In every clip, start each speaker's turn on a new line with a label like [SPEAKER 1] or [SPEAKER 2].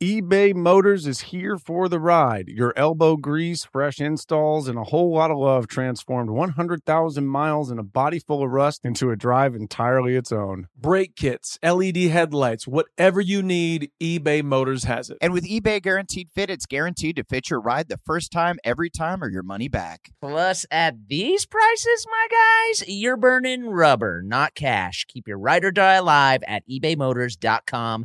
[SPEAKER 1] eBay Motors is here for the ride. Your elbow grease, fresh installs, and a whole lot of love transformed 100,000 miles and a body full of rust into a drive entirely its own.
[SPEAKER 2] Brake kits, LED headlights, whatever you need, eBay Motors has it.
[SPEAKER 3] And with eBay Guaranteed Fit, it's guaranteed to fit your ride the first time, every time, or your money back.
[SPEAKER 4] Plus, at these prices, my guys, you're burning rubber, not cash. Keep your ride or die alive at ebaymotors.com.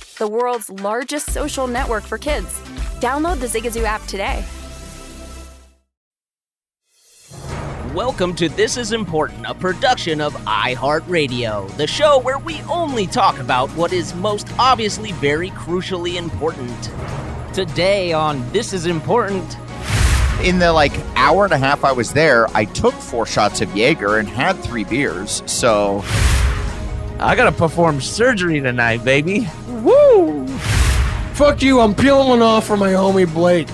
[SPEAKER 5] the world's largest social network for kids. Download the Zigazoo app today.
[SPEAKER 4] Welcome to This Is Important, a production of iHeartRadio, the show where we only talk about what is most obviously very crucially important. Today on This Is Important,
[SPEAKER 3] In the like hour and a half I was there, I took four shots of Jaeger and had three beers. So
[SPEAKER 6] I gotta perform surgery tonight, baby.
[SPEAKER 7] Woo! Fuck you, I'm peeling one off for my homie Blake.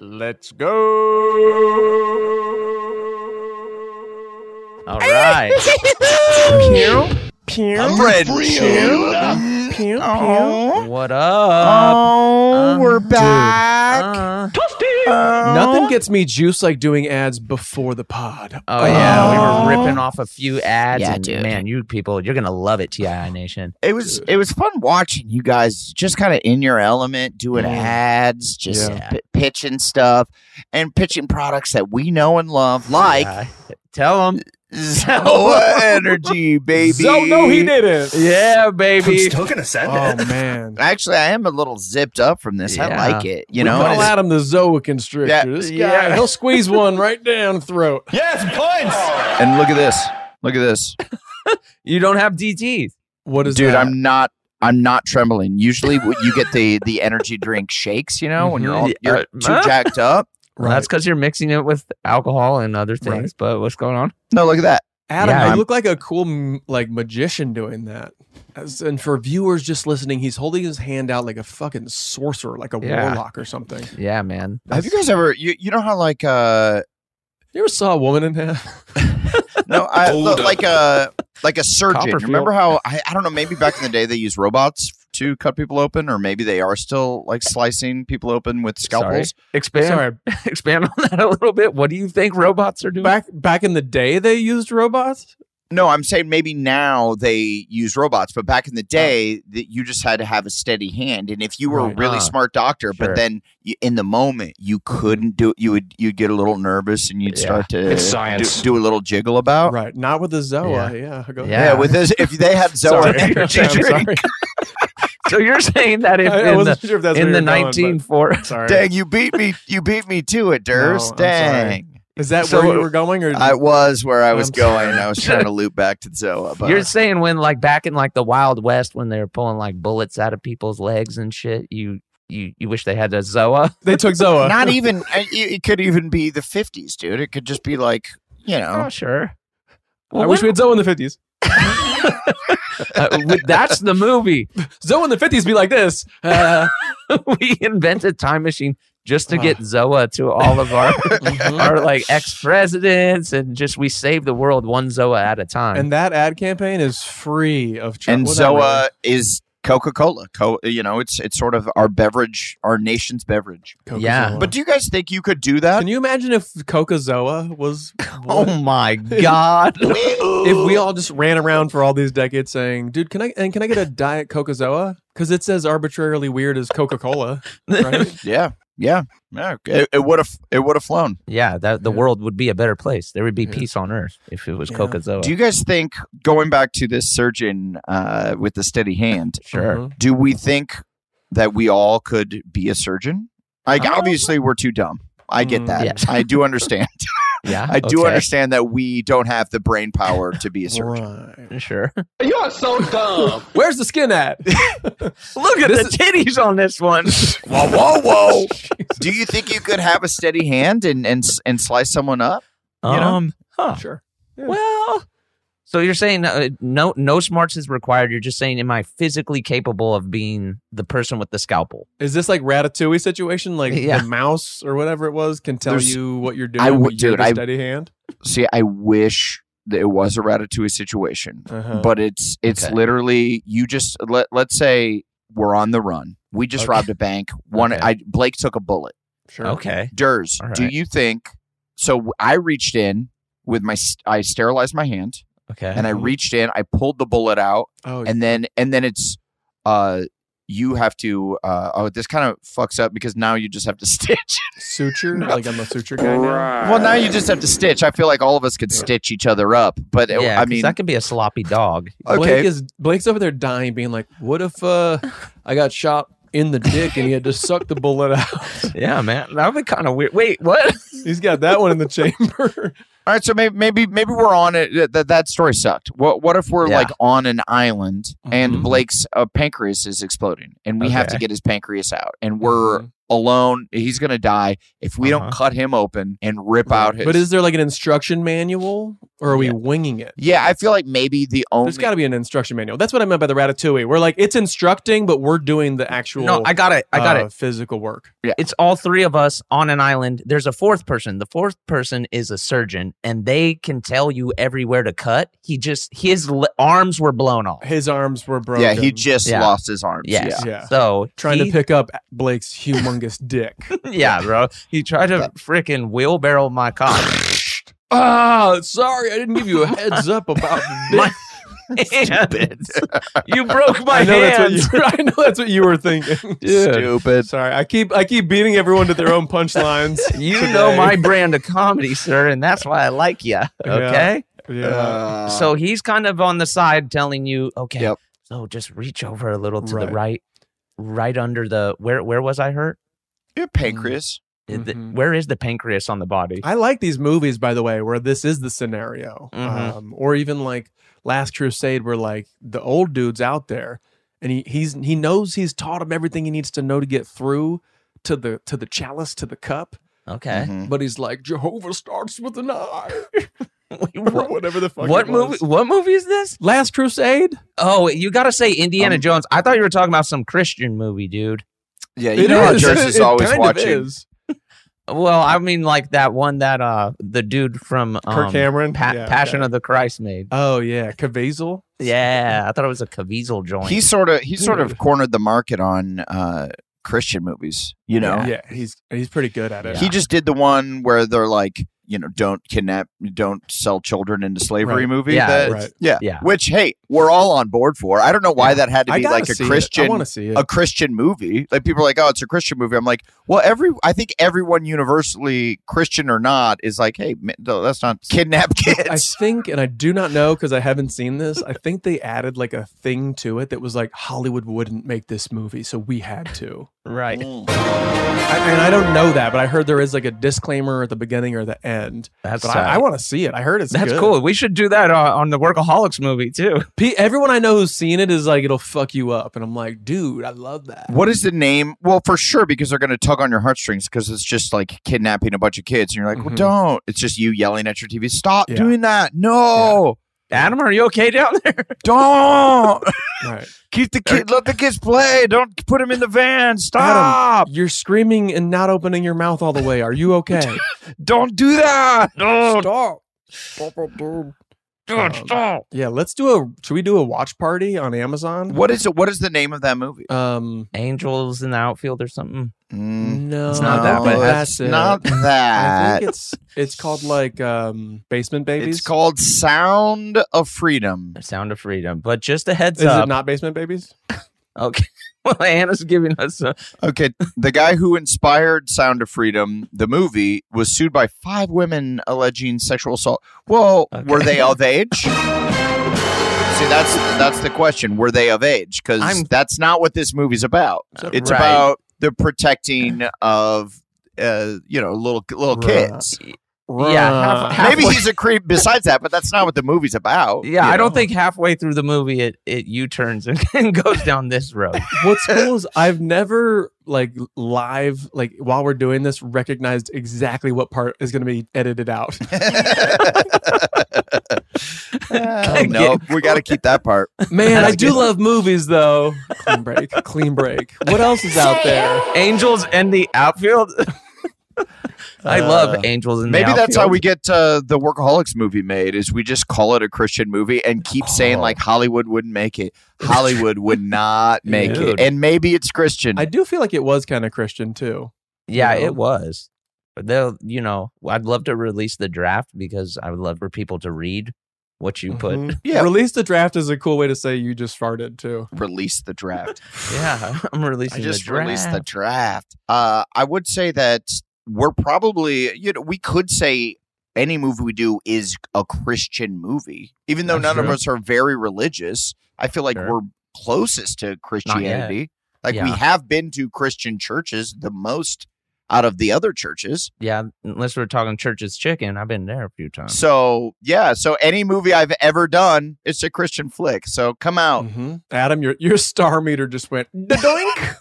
[SPEAKER 1] Let's go.
[SPEAKER 6] All right.
[SPEAKER 3] I'm ready.
[SPEAKER 6] what up? Um,
[SPEAKER 3] Oh, we're back.
[SPEAKER 6] Uh,
[SPEAKER 2] Nothing gets me juice like doing ads before the pod.
[SPEAKER 6] oh yeah, we were ripping off a few ads.
[SPEAKER 3] Yeah,
[SPEAKER 6] and,
[SPEAKER 3] dude.
[SPEAKER 6] Man, you people, you're gonna love it, TII Nation.
[SPEAKER 3] it was it was fun watching you guys just kind of in your element doing ads just
[SPEAKER 6] Yeah.
[SPEAKER 3] p- pitching stuff and pitching products that we know and love like
[SPEAKER 6] Yeah. tell them.
[SPEAKER 3] Zoa energy baby
[SPEAKER 2] So no, he didn't.
[SPEAKER 6] Yeah, baby.
[SPEAKER 8] gonna send
[SPEAKER 2] Oh man,
[SPEAKER 3] actually i am a little zipped up from this i
[SPEAKER 6] Yeah.
[SPEAKER 3] like it you
[SPEAKER 2] We
[SPEAKER 3] know
[SPEAKER 2] call
[SPEAKER 3] and
[SPEAKER 2] Adam the zooconstrictor.
[SPEAKER 3] Yeah,
[SPEAKER 2] this guy,
[SPEAKER 6] yeah.
[SPEAKER 2] he'll squeeze one right down throat.
[SPEAKER 8] Yes, points.
[SPEAKER 3] it's- and look at this look at this
[SPEAKER 6] You don't have DTs.
[SPEAKER 2] What is
[SPEAKER 3] dude
[SPEAKER 2] that?
[SPEAKER 3] i'm not i'm not trembling usually when you get the the energy drink shakes you know when you're all
[SPEAKER 6] Mhm.
[SPEAKER 3] you're
[SPEAKER 6] Uh,
[SPEAKER 3] too
[SPEAKER 6] huh?
[SPEAKER 3] jacked up
[SPEAKER 6] Well, that's because you're mixing it with alcohol and other things.
[SPEAKER 2] Right.
[SPEAKER 6] But what's going on?
[SPEAKER 3] no look at that
[SPEAKER 2] Adam,
[SPEAKER 6] Yeah,
[SPEAKER 2] you
[SPEAKER 3] I'm-
[SPEAKER 2] look like a cool m- like magician doing that. As, and for viewers just listening, he's holding his hand out like a fucking sorcerer, like a
[SPEAKER 6] Yeah.
[SPEAKER 2] warlock or something.
[SPEAKER 6] Yeah, man.
[SPEAKER 3] have you guys ever you, you know how like uh
[SPEAKER 2] You ever saw a woman in half?
[SPEAKER 3] No, I look like a like a surgeon.
[SPEAKER 6] Copperfield.
[SPEAKER 3] Remember how I, I don't know, maybe back in the day they used robots to cut people open, or maybe they are still like slicing people open with
[SPEAKER 6] Sorry.
[SPEAKER 3] scalpels.
[SPEAKER 6] Expand,
[SPEAKER 2] Sorry,
[SPEAKER 6] expand on that a little bit. What do you think robots are doing?
[SPEAKER 2] back back in the day they used robots.
[SPEAKER 3] No, I'm saying maybe now they use robots, but back in the day that you just had to have a steady hand. And if you were a
[SPEAKER 6] Right.
[SPEAKER 3] really
[SPEAKER 6] Ah,
[SPEAKER 3] smart doctor, but
[SPEAKER 6] sure.
[SPEAKER 3] then you, in the moment you couldn't do it, you would you'd get a little nervous and you'd
[SPEAKER 6] Yeah.
[SPEAKER 3] start to
[SPEAKER 8] It's
[SPEAKER 3] do-
[SPEAKER 8] science.
[SPEAKER 3] Do, a little jiggle
[SPEAKER 6] Oh.
[SPEAKER 3] about.
[SPEAKER 2] Right, not with the Zoa. Yeah, go ahead.
[SPEAKER 3] Yeah, with this, if they had Zoa
[SPEAKER 6] Sorry.
[SPEAKER 3] energy
[SPEAKER 2] I'm
[SPEAKER 3] drink,
[SPEAKER 2] sorry.
[SPEAKER 6] so you're saying that if
[SPEAKER 2] I, I
[SPEAKER 6] in the,
[SPEAKER 2] wasn't sure if that's
[SPEAKER 6] in
[SPEAKER 2] where
[SPEAKER 6] the
[SPEAKER 2] you were going, but
[SPEAKER 6] 1940s,
[SPEAKER 2] Sorry.
[SPEAKER 3] Dang, you beat me! You beat me to it, Durst.
[SPEAKER 2] No, I'm sorry.
[SPEAKER 3] Dang,
[SPEAKER 2] Is that
[SPEAKER 6] So-
[SPEAKER 2] where you were going, or
[SPEAKER 3] I was where I was
[SPEAKER 2] I'm
[SPEAKER 3] going. I was trying to loop back to Zoa, but
[SPEAKER 6] You're saying when like back in like the Wild West when they were pulling like bullets out of people's legs and shit, you you you wish they had a Zoa.
[SPEAKER 2] they took Zoa?
[SPEAKER 3] not even. I- It, it could even be the '50s, dude. It could just be like you know.
[SPEAKER 6] sure.
[SPEAKER 2] Oh. I wish we had Zoa in the fifties.
[SPEAKER 6] uh, we- that's the movie.
[SPEAKER 2] Zoa in the fifties be like this. Uh,
[SPEAKER 6] we invented time machine just to get
[SPEAKER 2] Ah.
[SPEAKER 6] Zoa to all of our
[SPEAKER 2] mhm.
[SPEAKER 6] our like ex presidents and just we save the world one Zoa at a time.
[SPEAKER 2] And that ad campaign is free of charge.
[SPEAKER 3] And
[SPEAKER 2] Well, not
[SPEAKER 3] Zoa is Coca Cola. Co- you know, it's it's sort of our beverage, our nation's beverage.
[SPEAKER 6] Yeah.
[SPEAKER 9] Coca-Cola.
[SPEAKER 3] But do you guys think you could do that?
[SPEAKER 9] can you imagine if Coca-Zoa was
[SPEAKER 6] Oh my god.
[SPEAKER 9] if we all just ran around for all these decades saying, "Dude, can I and can I get a diet Coca-Zoa?" Because it's as arbitrarily weird as Coca-Cola, right?
[SPEAKER 3] yeah, yeah, yeah. It would have it would have flown.
[SPEAKER 6] yeah, that the
[SPEAKER 9] Yeah.
[SPEAKER 6] world would be a better place. There would be
[SPEAKER 9] Yeah.
[SPEAKER 6] peace on earth if it was
[SPEAKER 9] Yeah.
[SPEAKER 6] Coca-Cola.
[SPEAKER 3] Do you guys think going back to this surgeon uh, with the steady hand?
[SPEAKER 6] sure.
[SPEAKER 9] Mhm.
[SPEAKER 3] Do we think that we all could be a surgeon? Like,
[SPEAKER 6] Uh,
[SPEAKER 3] obviously, we're too dumb. I get
[SPEAKER 9] Mm.
[SPEAKER 3] that.
[SPEAKER 6] Yes.
[SPEAKER 3] I do understand.
[SPEAKER 9] Mm-hmm.
[SPEAKER 6] Yeah.
[SPEAKER 3] I do
[SPEAKER 6] okay.
[SPEAKER 3] understand that we don't have the brain power to be a surgeon.
[SPEAKER 9] Right.
[SPEAKER 6] Sure.
[SPEAKER 10] You are so dumb.
[SPEAKER 9] Where's the skin at?
[SPEAKER 6] Look at
[SPEAKER 9] This
[SPEAKER 6] the titties on this one.
[SPEAKER 3] Whoa, whoa, whoa! do you think you could have a steady hand and and s- and slice someone up? know?
[SPEAKER 6] um. Huh.
[SPEAKER 9] sure.
[SPEAKER 6] Well. So you're saying uh, no no smarts is required. You're just saying am I physically capable of being the person with the scalpel?
[SPEAKER 9] Is this like Ratatouille situation? Like
[SPEAKER 6] Yeah.
[SPEAKER 9] the mouse or whatever it was can tell
[SPEAKER 3] There's-
[SPEAKER 9] you what you're doing.
[SPEAKER 3] I would-
[SPEAKER 9] but you're
[SPEAKER 3] dude,
[SPEAKER 9] the
[SPEAKER 3] I-
[SPEAKER 9] steady hand.
[SPEAKER 3] See, I wish that it was a Ratatouille situation,
[SPEAKER 9] Uh-huh.
[SPEAKER 3] but it's it's
[SPEAKER 6] Okay.
[SPEAKER 3] literally you just let let's say we're on the run. We just
[SPEAKER 6] Okay.
[SPEAKER 3] robbed a bank. One,
[SPEAKER 6] Okay.
[SPEAKER 3] I Blake took a bullet.
[SPEAKER 9] sure.
[SPEAKER 6] Okay.
[SPEAKER 3] Durs,
[SPEAKER 6] All
[SPEAKER 3] do
[SPEAKER 6] right.
[SPEAKER 3] you think? So I reached in with my st- I sterilized my hand
[SPEAKER 6] Okay.
[SPEAKER 3] and I
[SPEAKER 9] Mhm.
[SPEAKER 3] reached in. I pulled the bullet out,
[SPEAKER 9] Oh,
[SPEAKER 3] and then and then it's uh you have to uh oh this kind of fucks up because now you just have to stitch.
[SPEAKER 9] suture? Like I'm a suture guy now.
[SPEAKER 3] well, now you just have to stitch. I feel like all of us could stitch each other up, but it-
[SPEAKER 6] yeah,
[SPEAKER 3] I
[SPEAKER 6] 'cause
[SPEAKER 3] mean,
[SPEAKER 6] that could be a sloppy dog.
[SPEAKER 3] okay,
[SPEAKER 9] Blake is Blake's over there dying, being like, "What if uh, I got shot in the dick and he had to suck the bullet out?"
[SPEAKER 6] yeah, man, that would be kind of weird. Wait, what?
[SPEAKER 9] He's got that one in the chamber.
[SPEAKER 3] all right. So maybe maybe maybe we're on it. That that story sucked. What what if we're
[SPEAKER 6] Yeah.
[SPEAKER 3] like on an island
[SPEAKER 9] Mhm.
[SPEAKER 3] and Blake's uh, pancreas is exploding, and we have to
[SPEAKER 6] Okay.
[SPEAKER 3] get his pancreas out, and we're
[SPEAKER 9] Mm-hmm.
[SPEAKER 3] alone. He's gonna die if we don't
[SPEAKER 6] Uh-huh.
[SPEAKER 3] cut him open and rip out his.
[SPEAKER 9] But is there like an instruction manual, or are we
[SPEAKER 6] Yeah.
[SPEAKER 9] winging it?
[SPEAKER 3] yeah, I feel like maybe the only
[SPEAKER 9] There's got to be an instruction manual. That's what I meant by the ratatouille. We're like, it's instructing, but we're doing the actual.
[SPEAKER 6] No, I got it. I got
[SPEAKER 9] uh,
[SPEAKER 6] it.
[SPEAKER 9] Physical work.
[SPEAKER 6] It's all three of us on an island. There's a fourth person. The fourth person is a surgeon, and they can tell you everywhere to cut. He just his l- arms were blown off.
[SPEAKER 9] His arms were broken.
[SPEAKER 3] yeah, he just
[SPEAKER 6] Yeah.
[SPEAKER 3] lost his arms.
[SPEAKER 6] Yes.
[SPEAKER 3] Yeah.
[SPEAKER 9] Yeah.
[SPEAKER 6] So
[SPEAKER 9] trying
[SPEAKER 6] he-
[SPEAKER 9] to pick up Blake's humongous dick.
[SPEAKER 6] yeah, bro. He tried to freaking wheelbarrow my cock.
[SPEAKER 9] Ah, sorry, I didn't give you a heads up about the dick.
[SPEAKER 6] My Stupid. you broke my
[SPEAKER 9] I know that's what
[SPEAKER 6] hands.
[SPEAKER 9] you. I know that's what you were thinking.
[SPEAKER 3] Stupid.
[SPEAKER 9] Sorry, I keep I keep beating everyone to their own punchlines.
[SPEAKER 6] You
[SPEAKER 9] today.
[SPEAKER 6] know my brand of comedy, sir, and that's why I like you. Okay.
[SPEAKER 9] Yeah.
[SPEAKER 3] Uh,
[SPEAKER 6] so he's kind of on the side telling you, okay,
[SPEAKER 3] Yep.
[SPEAKER 6] so just reach over a little to
[SPEAKER 9] Right.
[SPEAKER 6] the right, right under the where where was I hurt?
[SPEAKER 3] your pancreas.
[SPEAKER 6] Is the-
[SPEAKER 9] Mhm.
[SPEAKER 6] where is the pancreas on the body?
[SPEAKER 9] I like these movies, by the way, where this is the scenario,
[SPEAKER 6] Mhm.
[SPEAKER 9] um, or even like Last Crusade, where like the old dude's out there, and he he's he knows he's taught him everything he needs to know to get through to the to the chalice to the cup,
[SPEAKER 6] okay.
[SPEAKER 3] Mhm.
[SPEAKER 9] but he's like Jehovah starts with an I,
[SPEAKER 6] Wait,
[SPEAKER 9] or
[SPEAKER 6] what
[SPEAKER 9] whatever the fuck.
[SPEAKER 6] what
[SPEAKER 9] it was.
[SPEAKER 6] movie? What movie is this?
[SPEAKER 9] Last Crusade.
[SPEAKER 6] Oh, you gotta say Indiana
[SPEAKER 3] Um,
[SPEAKER 6] Jones. I thought you were talking about some Christian movie, dude.
[SPEAKER 3] Yeah, you know how
[SPEAKER 9] is.
[SPEAKER 3] Jersey's
[SPEAKER 9] It
[SPEAKER 3] always
[SPEAKER 9] kind of
[SPEAKER 3] watching.
[SPEAKER 9] is.
[SPEAKER 6] Well, I mean, like that one that uh the dude from
[SPEAKER 9] Kirk
[SPEAKER 6] um,
[SPEAKER 9] Cameron,
[SPEAKER 6] Pa-
[SPEAKER 9] Yeah,
[SPEAKER 6] Passion
[SPEAKER 9] okay.
[SPEAKER 6] of the Christ made.
[SPEAKER 9] Oh yeah, Cavazel.
[SPEAKER 6] Yeah, I thought it was a Caviezel joint.
[SPEAKER 3] He sort of he sort of
[SPEAKER 9] Dude.
[SPEAKER 3] cornered the market on uh, Christian movies. You know,
[SPEAKER 9] Yeah, he's he's pretty good at it.
[SPEAKER 3] he just did the one where they're like, you know, don't kidnap, don't sell children into slavery
[SPEAKER 9] Right.
[SPEAKER 3] movie.
[SPEAKER 6] Yeah,
[SPEAKER 3] that,
[SPEAKER 9] right.
[SPEAKER 3] yeah,
[SPEAKER 6] Yeah.
[SPEAKER 3] Which hey, we're all on board for. I don't know why
[SPEAKER 6] Yeah.
[SPEAKER 3] that had to
[SPEAKER 9] I
[SPEAKER 3] be
[SPEAKER 9] gotta
[SPEAKER 3] like a
[SPEAKER 9] see it. I
[SPEAKER 3] Christian.
[SPEAKER 9] want to see it.
[SPEAKER 3] A Christian movie, like people are like, oh, it's a Christian movie. I'm like, well, every I think everyone universally Christian or not is like, hey, ma- no, that's not kidnap kids.
[SPEAKER 9] I think, and I do not know because I haven't seen this. I think they added like a thing to it that was like Hollywood wouldn't make this movie, so we had to.
[SPEAKER 6] right.
[SPEAKER 3] Mm.
[SPEAKER 9] I, and I don't know that, but I heard there is like a disclaimer at the beginning or the end.
[SPEAKER 6] That's uh,
[SPEAKER 9] But I, I want to see it. I heard it's
[SPEAKER 6] That's
[SPEAKER 9] good.
[SPEAKER 6] cool. We should do that uh, on, on the Workaholics movie too.
[SPEAKER 9] P- everyone I know who's seen it is like it'll fuck you up, and I'm like, dude, I love that.
[SPEAKER 3] What is the name? Well, for sure, because they're going to tug on your heartstrings because it's just like kidnapping a bunch of kids. And you're like,
[SPEAKER 9] Mhm.
[SPEAKER 3] well, don't. It's just you yelling at your TV, stop
[SPEAKER 9] Yeah.
[SPEAKER 3] doing that. No,
[SPEAKER 6] Adam, are you okay down there?
[SPEAKER 3] don't.
[SPEAKER 9] Right.
[SPEAKER 3] Keep the kid, let the kids play. Don't put them in the van. Stop.
[SPEAKER 9] Adam, you're screaming and not opening your mouth all the way. Are you okay?
[SPEAKER 3] Don't do that.
[SPEAKER 9] Stop. Um, yeah, let's do a. Should we do a watch party on Amazon?
[SPEAKER 3] What is it? What is the name of that movie?
[SPEAKER 9] Um,
[SPEAKER 6] Angels in the outfield or something.
[SPEAKER 3] Mm,
[SPEAKER 9] no,
[SPEAKER 6] It's not that,
[SPEAKER 9] I
[SPEAKER 3] no,
[SPEAKER 9] don't think
[SPEAKER 6] but
[SPEAKER 3] that's
[SPEAKER 9] it.
[SPEAKER 3] not
[SPEAKER 9] I
[SPEAKER 3] that.
[SPEAKER 9] think it's it's called like um Basement Babies.
[SPEAKER 3] It's called Sound of Freedom.
[SPEAKER 6] Sound of Freedom. But just a heads
[SPEAKER 9] Is
[SPEAKER 6] up.
[SPEAKER 9] it not Basement Babies?
[SPEAKER 6] okay. Well, Anna's giving us a,
[SPEAKER 3] Okay, the guy who inspired Sound of Freedom, the movie, was sued by five women alleging sexual assault. Well, were they of age? See, that's that's the question. Were they of age? Because
[SPEAKER 6] I'm-
[SPEAKER 3] that's not what this movie's about. It's
[SPEAKER 6] Right.
[SPEAKER 3] about the protecting of, uh, you know, little little
[SPEAKER 9] Right.
[SPEAKER 3] kids.
[SPEAKER 6] Yeah, half-
[SPEAKER 9] Right.
[SPEAKER 6] half-
[SPEAKER 3] Maybe
[SPEAKER 6] Halfway-
[SPEAKER 3] he's a creep. Besides that, but that's not what the movie's about.
[SPEAKER 6] Yeah,
[SPEAKER 3] you
[SPEAKER 6] I don't
[SPEAKER 3] know?
[SPEAKER 6] think halfway through the movie it, it U turns and, and goes down this road.
[SPEAKER 9] What's cool is I've never like live like while we're doing this recognized exactly what part is going to be edited out.
[SPEAKER 3] Uh, no, we got to keep that part.
[SPEAKER 9] Man, I do love movies though. Clean break, clean break. What else is out there?
[SPEAKER 6] Angels in the outfield. I
[SPEAKER 9] Uh,
[SPEAKER 6] love Angels in the
[SPEAKER 3] Maybe
[SPEAKER 6] outfield.
[SPEAKER 3] that's how we get uh, the workaholics movie made. Is we just call it a Christian movie and keep saying like Hollywood wouldn't make it. Hollywood would not make
[SPEAKER 6] Dude.
[SPEAKER 3] it, and maybe it's Christian.
[SPEAKER 9] I do feel like it was kind of Christian too.
[SPEAKER 6] Yeah,
[SPEAKER 9] you know?
[SPEAKER 6] it was. But they'll, you know, I'd love to release the draft because I would love for people to read what you put.
[SPEAKER 9] Mhm.
[SPEAKER 3] Yeah.
[SPEAKER 9] Release the draft is a cool way to say you just farted too.
[SPEAKER 3] Release the draft.
[SPEAKER 6] Yeah, I'm releasing
[SPEAKER 3] Mm-hmm. I just
[SPEAKER 6] the draft.
[SPEAKER 3] released the draft. Uh, I would say that we're probably you know we could say any movie we do is a Christian movie, even though
[SPEAKER 6] That's true.
[SPEAKER 3] none of us are very religious. I feel like
[SPEAKER 6] Sure.
[SPEAKER 3] we're closest to Christianity. Like we
[SPEAKER 6] Yeah.
[SPEAKER 3] have been to Christian churches the most out of the other churches.
[SPEAKER 6] yeah, unless we're talking Church's Chicken. I've been there a few times.
[SPEAKER 3] So yeah, so any movie I've ever done, it's a Christian flick. So come out.
[SPEAKER 9] Mhm. Adam, your your star meter just went. doink.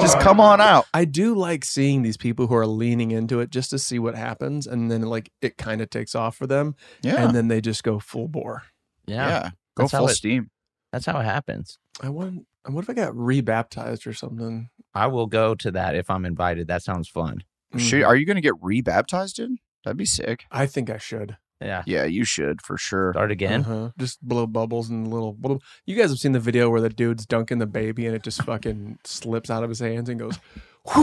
[SPEAKER 3] Just come on out.
[SPEAKER 9] I do like seeing these people who are leaning into it just to see what happens, and then like it kind of takes off for them,
[SPEAKER 3] Yeah.
[SPEAKER 9] and then they just go full bore.
[SPEAKER 6] yeah,
[SPEAKER 3] yeah. Go
[SPEAKER 6] That's how
[SPEAKER 3] full
[SPEAKER 6] it-
[SPEAKER 3] steam.
[SPEAKER 6] that's how it happens.
[SPEAKER 9] I want. What if I got rebaptized or something?
[SPEAKER 6] I will go to that if I'm invited. That sounds fun.
[SPEAKER 3] Should, are you going to get rebaptized in? That'd be sick.
[SPEAKER 9] Mm, I think I should.
[SPEAKER 6] Yeah.
[SPEAKER 3] Yeah, you should for sure.
[SPEAKER 6] Start again.
[SPEAKER 9] Uh-huh. Just blow bubbles and little, little. You guys have seen the video where the dude's dunking the baby and it just fucking slips out of his hands and goes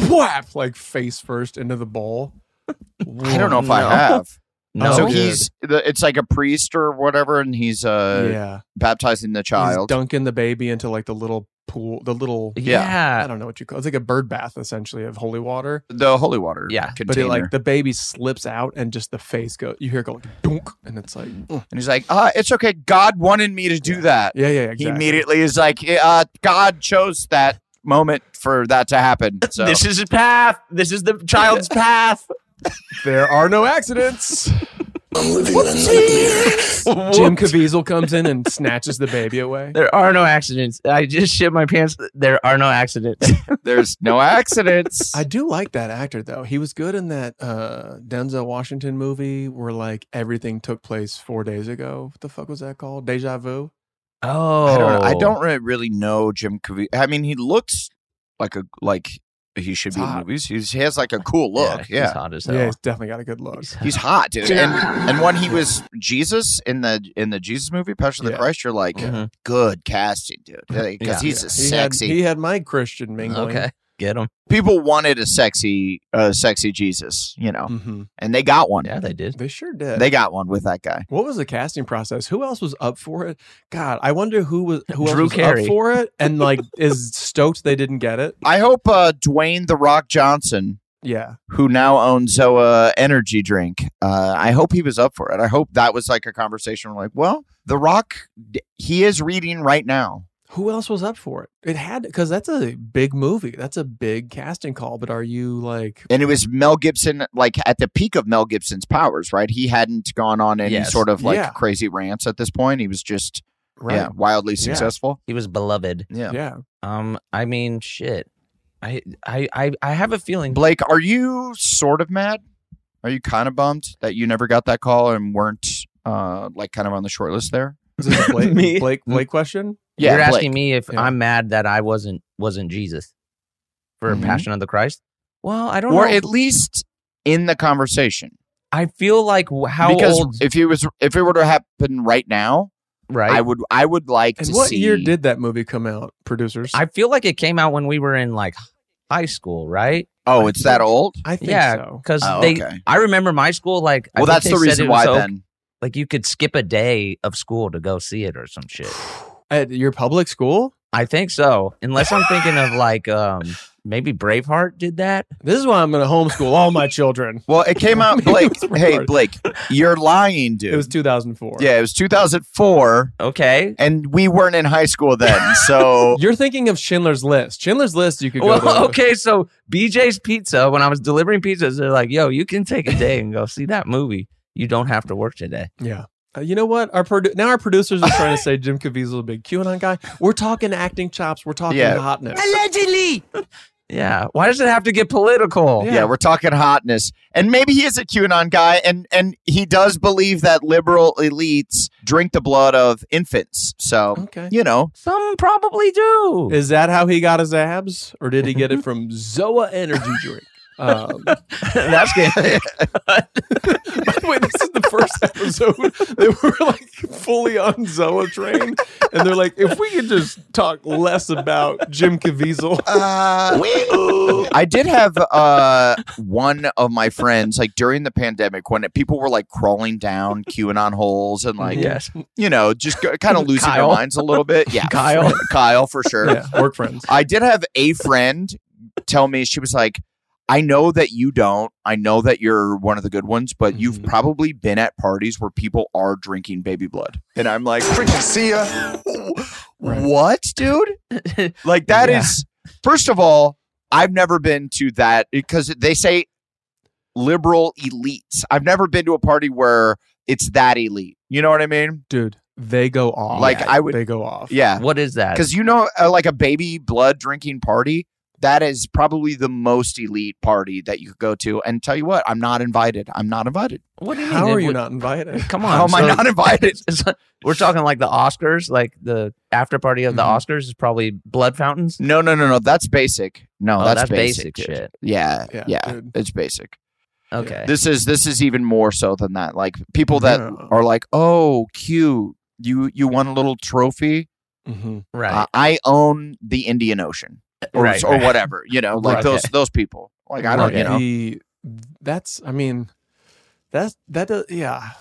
[SPEAKER 9] whap like face first into the bowl.
[SPEAKER 3] I don't know if I
[SPEAKER 6] No.
[SPEAKER 3] have.
[SPEAKER 6] No,
[SPEAKER 3] So
[SPEAKER 9] Good.
[SPEAKER 3] he's the, it's like a priest or whatever, and he's uh
[SPEAKER 9] yeah,
[SPEAKER 3] baptizing the
[SPEAKER 9] He's
[SPEAKER 3] child.
[SPEAKER 9] dunking the baby into like the little pool, the little. I
[SPEAKER 6] yeah,
[SPEAKER 9] don't know what you call. It's like a bird bath essentially of holy water.
[SPEAKER 3] the holy water.
[SPEAKER 6] Yeah, but
[SPEAKER 9] But it
[SPEAKER 3] container.
[SPEAKER 9] like the baby slips out and just the face go. You hear it go like dunk, and it's like mm.
[SPEAKER 3] and he's like, uh, it's okay. God wanted me to do that.
[SPEAKER 9] yeah, yeah, yeah,
[SPEAKER 3] He
[SPEAKER 9] exactly.
[SPEAKER 3] immediately is like, uh, God chose that moment for that to happen. So
[SPEAKER 6] this is his path. This is the child's path.
[SPEAKER 9] There are no accidents.
[SPEAKER 11] I'm living in a nightmare.
[SPEAKER 9] Jim Caviezel comes in and snatches the baby away.
[SPEAKER 6] There are no accidents. I just shit my pants. There are no accidents.
[SPEAKER 3] there's no accidents.
[SPEAKER 9] I do like that actor though. He was good in that uh, Denzel Washington movie where like everything took place four days ago. What the fuck was that called? Deja vu.
[SPEAKER 6] Oh,
[SPEAKER 3] I don't. I don't re- really know Jim Caviezel. I mean, he looks like a like he should be in
[SPEAKER 9] Hot.
[SPEAKER 3] movies. He's, he has like a cool look.
[SPEAKER 6] he's
[SPEAKER 3] Yeah,
[SPEAKER 6] hot as
[SPEAKER 9] Yeah,
[SPEAKER 6] hell.
[SPEAKER 9] he's definitely got a good look.
[SPEAKER 6] He's-
[SPEAKER 3] he's hot, dude. And and when he was Jesus in the in the Jesus movie Passion of the
[SPEAKER 9] Yeah.
[SPEAKER 3] Christ, you're like,
[SPEAKER 6] Mhm.
[SPEAKER 3] good casting, dude, because
[SPEAKER 6] Mm-hmm. Yeah.
[SPEAKER 3] he's a
[SPEAKER 9] He had,
[SPEAKER 3] sexy.
[SPEAKER 9] he had my Christian mingling.
[SPEAKER 6] Okay, get him.
[SPEAKER 3] People wanted a sexy, uh, sexy Jesus, you know,
[SPEAKER 9] hmm
[SPEAKER 3] and they got one.
[SPEAKER 6] Mm. Yeah, they did.
[SPEAKER 9] They sure did.
[SPEAKER 3] They got one with that guy.
[SPEAKER 9] what was the casting process? Who else was up for it? God, I wonder who was who else
[SPEAKER 6] Drew
[SPEAKER 9] was
[SPEAKER 6] Carey.
[SPEAKER 9] up for it and like is stoked they didn't get it.
[SPEAKER 3] I hope uh, Dwayne the Rock Johnson
[SPEAKER 9] Yeah,
[SPEAKER 3] who now owns Zoa Energy Drink. Uh, I hope he was up for it. I hope that was like a conversation. Like, well, The Rock, d- he is reading right now.
[SPEAKER 9] who else was up for it? It had because that's a big movie. That's a big casting call. But are you like
[SPEAKER 3] And it was Mel Gibson, like at the peak of Mel Gibson's powers, right? He hadn't gone on any
[SPEAKER 6] Yes.
[SPEAKER 3] sort of like
[SPEAKER 9] Yeah.
[SPEAKER 3] crazy rants at this point. He was just
[SPEAKER 9] right?
[SPEAKER 3] yeah, wildly
[SPEAKER 9] Yeah.
[SPEAKER 3] successful.
[SPEAKER 6] He was beloved.
[SPEAKER 3] Yeah.
[SPEAKER 9] Yeah.
[SPEAKER 6] Um, I mean, shit. I, I, I, I have a feeling.
[SPEAKER 3] Blake, are you sort of mad? Are you kind of bummed that you never got that call and weren't uh, like kind of on the short list there?
[SPEAKER 9] Is this a Blake,
[SPEAKER 6] Me?
[SPEAKER 9] Blake, Blake question?
[SPEAKER 3] Yeah,
[SPEAKER 6] You're
[SPEAKER 3] Blake.
[SPEAKER 6] asking me if
[SPEAKER 9] Yeah.
[SPEAKER 6] I'm mad that I wasn't wasn't Jesus for
[SPEAKER 3] Mhm.
[SPEAKER 6] Passion of the Christ. Well, I don't
[SPEAKER 3] or
[SPEAKER 6] know.
[SPEAKER 3] at least in the conversation.
[SPEAKER 6] I feel like w- how
[SPEAKER 3] because
[SPEAKER 6] old?
[SPEAKER 3] if it was if it were to happen right now,
[SPEAKER 6] Right.
[SPEAKER 3] I would I would like
[SPEAKER 9] And
[SPEAKER 3] to
[SPEAKER 9] what
[SPEAKER 3] see
[SPEAKER 9] year did that movie come out, producers?
[SPEAKER 6] I feel like it came out when we were in like high school, right?
[SPEAKER 3] Oh, it's that old?
[SPEAKER 9] I think
[SPEAKER 6] yeah,
[SPEAKER 9] so.
[SPEAKER 6] Because
[SPEAKER 3] Oh,
[SPEAKER 6] they,
[SPEAKER 3] okay.
[SPEAKER 6] I remember my school like. I
[SPEAKER 3] Well,
[SPEAKER 6] think
[SPEAKER 3] that's
[SPEAKER 6] they
[SPEAKER 3] the
[SPEAKER 6] said
[SPEAKER 3] reason
[SPEAKER 6] it was
[SPEAKER 3] why
[SPEAKER 6] o-
[SPEAKER 3] then.
[SPEAKER 6] Like you could skip a day of school to go see it or some shit.
[SPEAKER 9] At your public school?
[SPEAKER 6] I think so, unless I'm thinking of like um maybe Braveheart did that.
[SPEAKER 9] This is why I'm going to homeschool all my children.
[SPEAKER 3] Well, it came out Blake.
[SPEAKER 9] It was
[SPEAKER 3] hey
[SPEAKER 9] retarded.
[SPEAKER 3] Blake, you're lying, dude.
[SPEAKER 9] It was 2004.
[SPEAKER 3] yeah, it was 2004
[SPEAKER 6] Okay.
[SPEAKER 3] and we weren't in high school then. So
[SPEAKER 9] You're thinking of Schindler's List. Schindler's List, you could go.
[SPEAKER 6] Well,
[SPEAKER 9] to-
[SPEAKER 6] okay, so BJ's Pizza, when I was delivering pizzas, they're like, yo, you can take a day and go see that movie. You don't have to work today.
[SPEAKER 9] Yeah. Uh, you know what? Our produ- now our producers are trying to say Jim Caviezel's a big QAnon guy. We're talking acting chops. We're talking
[SPEAKER 3] Yeah.
[SPEAKER 9] hotness.
[SPEAKER 6] Allegedly. Yeah. Why does it have to get political?
[SPEAKER 3] yeah. we're talking hotness. And maybe he is a QAnon guy and and he does believe that liberal elites drink the blood of infants. So,
[SPEAKER 9] Okay.
[SPEAKER 3] you know,
[SPEAKER 6] Some probably do.
[SPEAKER 9] Is that how he got his abs, or did he get it from Zoa Energy Drink? Um,
[SPEAKER 6] That's good.
[SPEAKER 9] by the way, this is the first episode that we're like fully on Zoa train, and they're like, if we could just talk less about Jim Caviezel.
[SPEAKER 3] Uh, I did have uh, one of my friends, like during the pandemic, when people were like crawling down QAnon holes and like,
[SPEAKER 6] yes.
[SPEAKER 3] you know, just kind of losing
[SPEAKER 6] Kyle.
[SPEAKER 3] their minds a little bit. Yeah.
[SPEAKER 6] Kyle.
[SPEAKER 3] Kyle, for sure.
[SPEAKER 9] Yeah, work friends.
[SPEAKER 3] I did have a friend tell me, she was like, I know that you don't. I know that you're one of the good ones, but you've
[SPEAKER 9] Mhm.
[SPEAKER 3] probably been at parties where people are drinking baby blood. And I'm like, freaking see ya. What, dude? Like, that is
[SPEAKER 6] Yeah.
[SPEAKER 3] first of all, I've never been to that because they say liberal elites. I've never been to a party where it's that elite. You know what I mean?
[SPEAKER 9] Dude, they go off.
[SPEAKER 3] Like, I would-
[SPEAKER 9] They go off.
[SPEAKER 3] Yeah.
[SPEAKER 6] What is that?
[SPEAKER 3] Because you know, uh, like a baby blood drinking party, that is probably the most elite party that you could go to. And tell you what, I'm not invited. I'm not invited.
[SPEAKER 6] What do you mean?
[SPEAKER 9] How
[SPEAKER 6] It
[SPEAKER 9] are you
[SPEAKER 6] would-
[SPEAKER 9] not invited?
[SPEAKER 6] Come on.
[SPEAKER 3] How am I
[SPEAKER 6] so-
[SPEAKER 3] not invited?
[SPEAKER 6] it's like- we're talking like the Oscars, like the after party of the
[SPEAKER 3] Mhm.
[SPEAKER 6] Oscars is probably blood fountains.
[SPEAKER 3] No, no, no, no. That's basic. No,
[SPEAKER 6] Oh,
[SPEAKER 3] that's,
[SPEAKER 6] that's basic
[SPEAKER 3] basic. dude.
[SPEAKER 6] shit.
[SPEAKER 3] Yeah, yeah,
[SPEAKER 9] Yeah, dude.
[SPEAKER 3] it's basic.
[SPEAKER 6] Okay.
[SPEAKER 3] This is this is even more so than that. Like people that
[SPEAKER 9] Yeah.
[SPEAKER 3] are like, oh, cute. You you won a little trophy.
[SPEAKER 9] Mm-hmm.
[SPEAKER 6] right.
[SPEAKER 3] Uh, I own the Indian Ocean or,
[SPEAKER 6] Right,
[SPEAKER 3] or
[SPEAKER 6] right.
[SPEAKER 3] whatever. You know, like
[SPEAKER 6] Right.
[SPEAKER 3] those those people. Like I don't.
[SPEAKER 6] Okay.
[SPEAKER 3] You know.
[SPEAKER 9] The, that's. I mean, that's that. Does, yeah,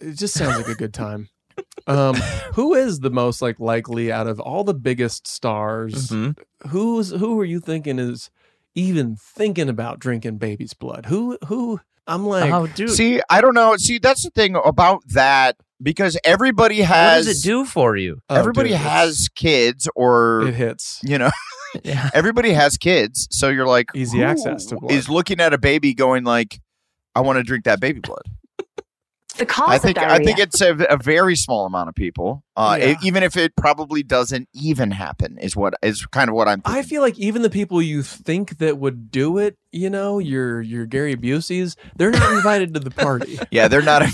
[SPEAKER 9] it just sounds like a good time. Um, who is the most like likely out of all the biggest stars?
[SPEAKER 6] Mhm.
[SPEAKER 3] Mm-hmm.
[SPEAKER 9] Who's who are you thinking is even thinking about drinking baby's blood? Who who? I'm like,
[SPEAKER 3] Uh-huh.
[SPEAKER 6] oh, dude.
[SPEAKER 3] See, I don't know. See, that's the thing about that because everybody
[SPEAKER 6] what
[SPEAKER 3] has
[SPEAKER 6] does it do for you?
[SPEAKER 9] oh,
[SPEAKER 3] everybody
[SPEAKER 9] dude, it's-
[SPEAKER 3] has kids or
[SPEAKER 9] it hits.
[SPEAKER 3] you know,
[SPEAKER 6] Yeah.
[SPEAKER 3] everybody has kids. So you're like
[SPEAKER 9] Easy
[SPEAKER 3] who
[SPEAKER 9] access to blood.
[SPEAKER 3] Is looking at a baby going like I want to drink that baby blood.
[SPEAKER 8] The cause
[SPEAKER 3] I think I think it's a, a very small amount of people. Uh,
[SPEAKER 9] Yeah.
[SPEAKER 3] e- even if it probably doesn't even happen is what is kind of what I'm
[SPEAKER 9] I
[SPEAKER 3] thinking.
[SPEAKER 9] feel like even the people you think that would do it, you know, your your Gary Busey's, they're not invited to the party.
[SPEAKER 3] yeah, they're not.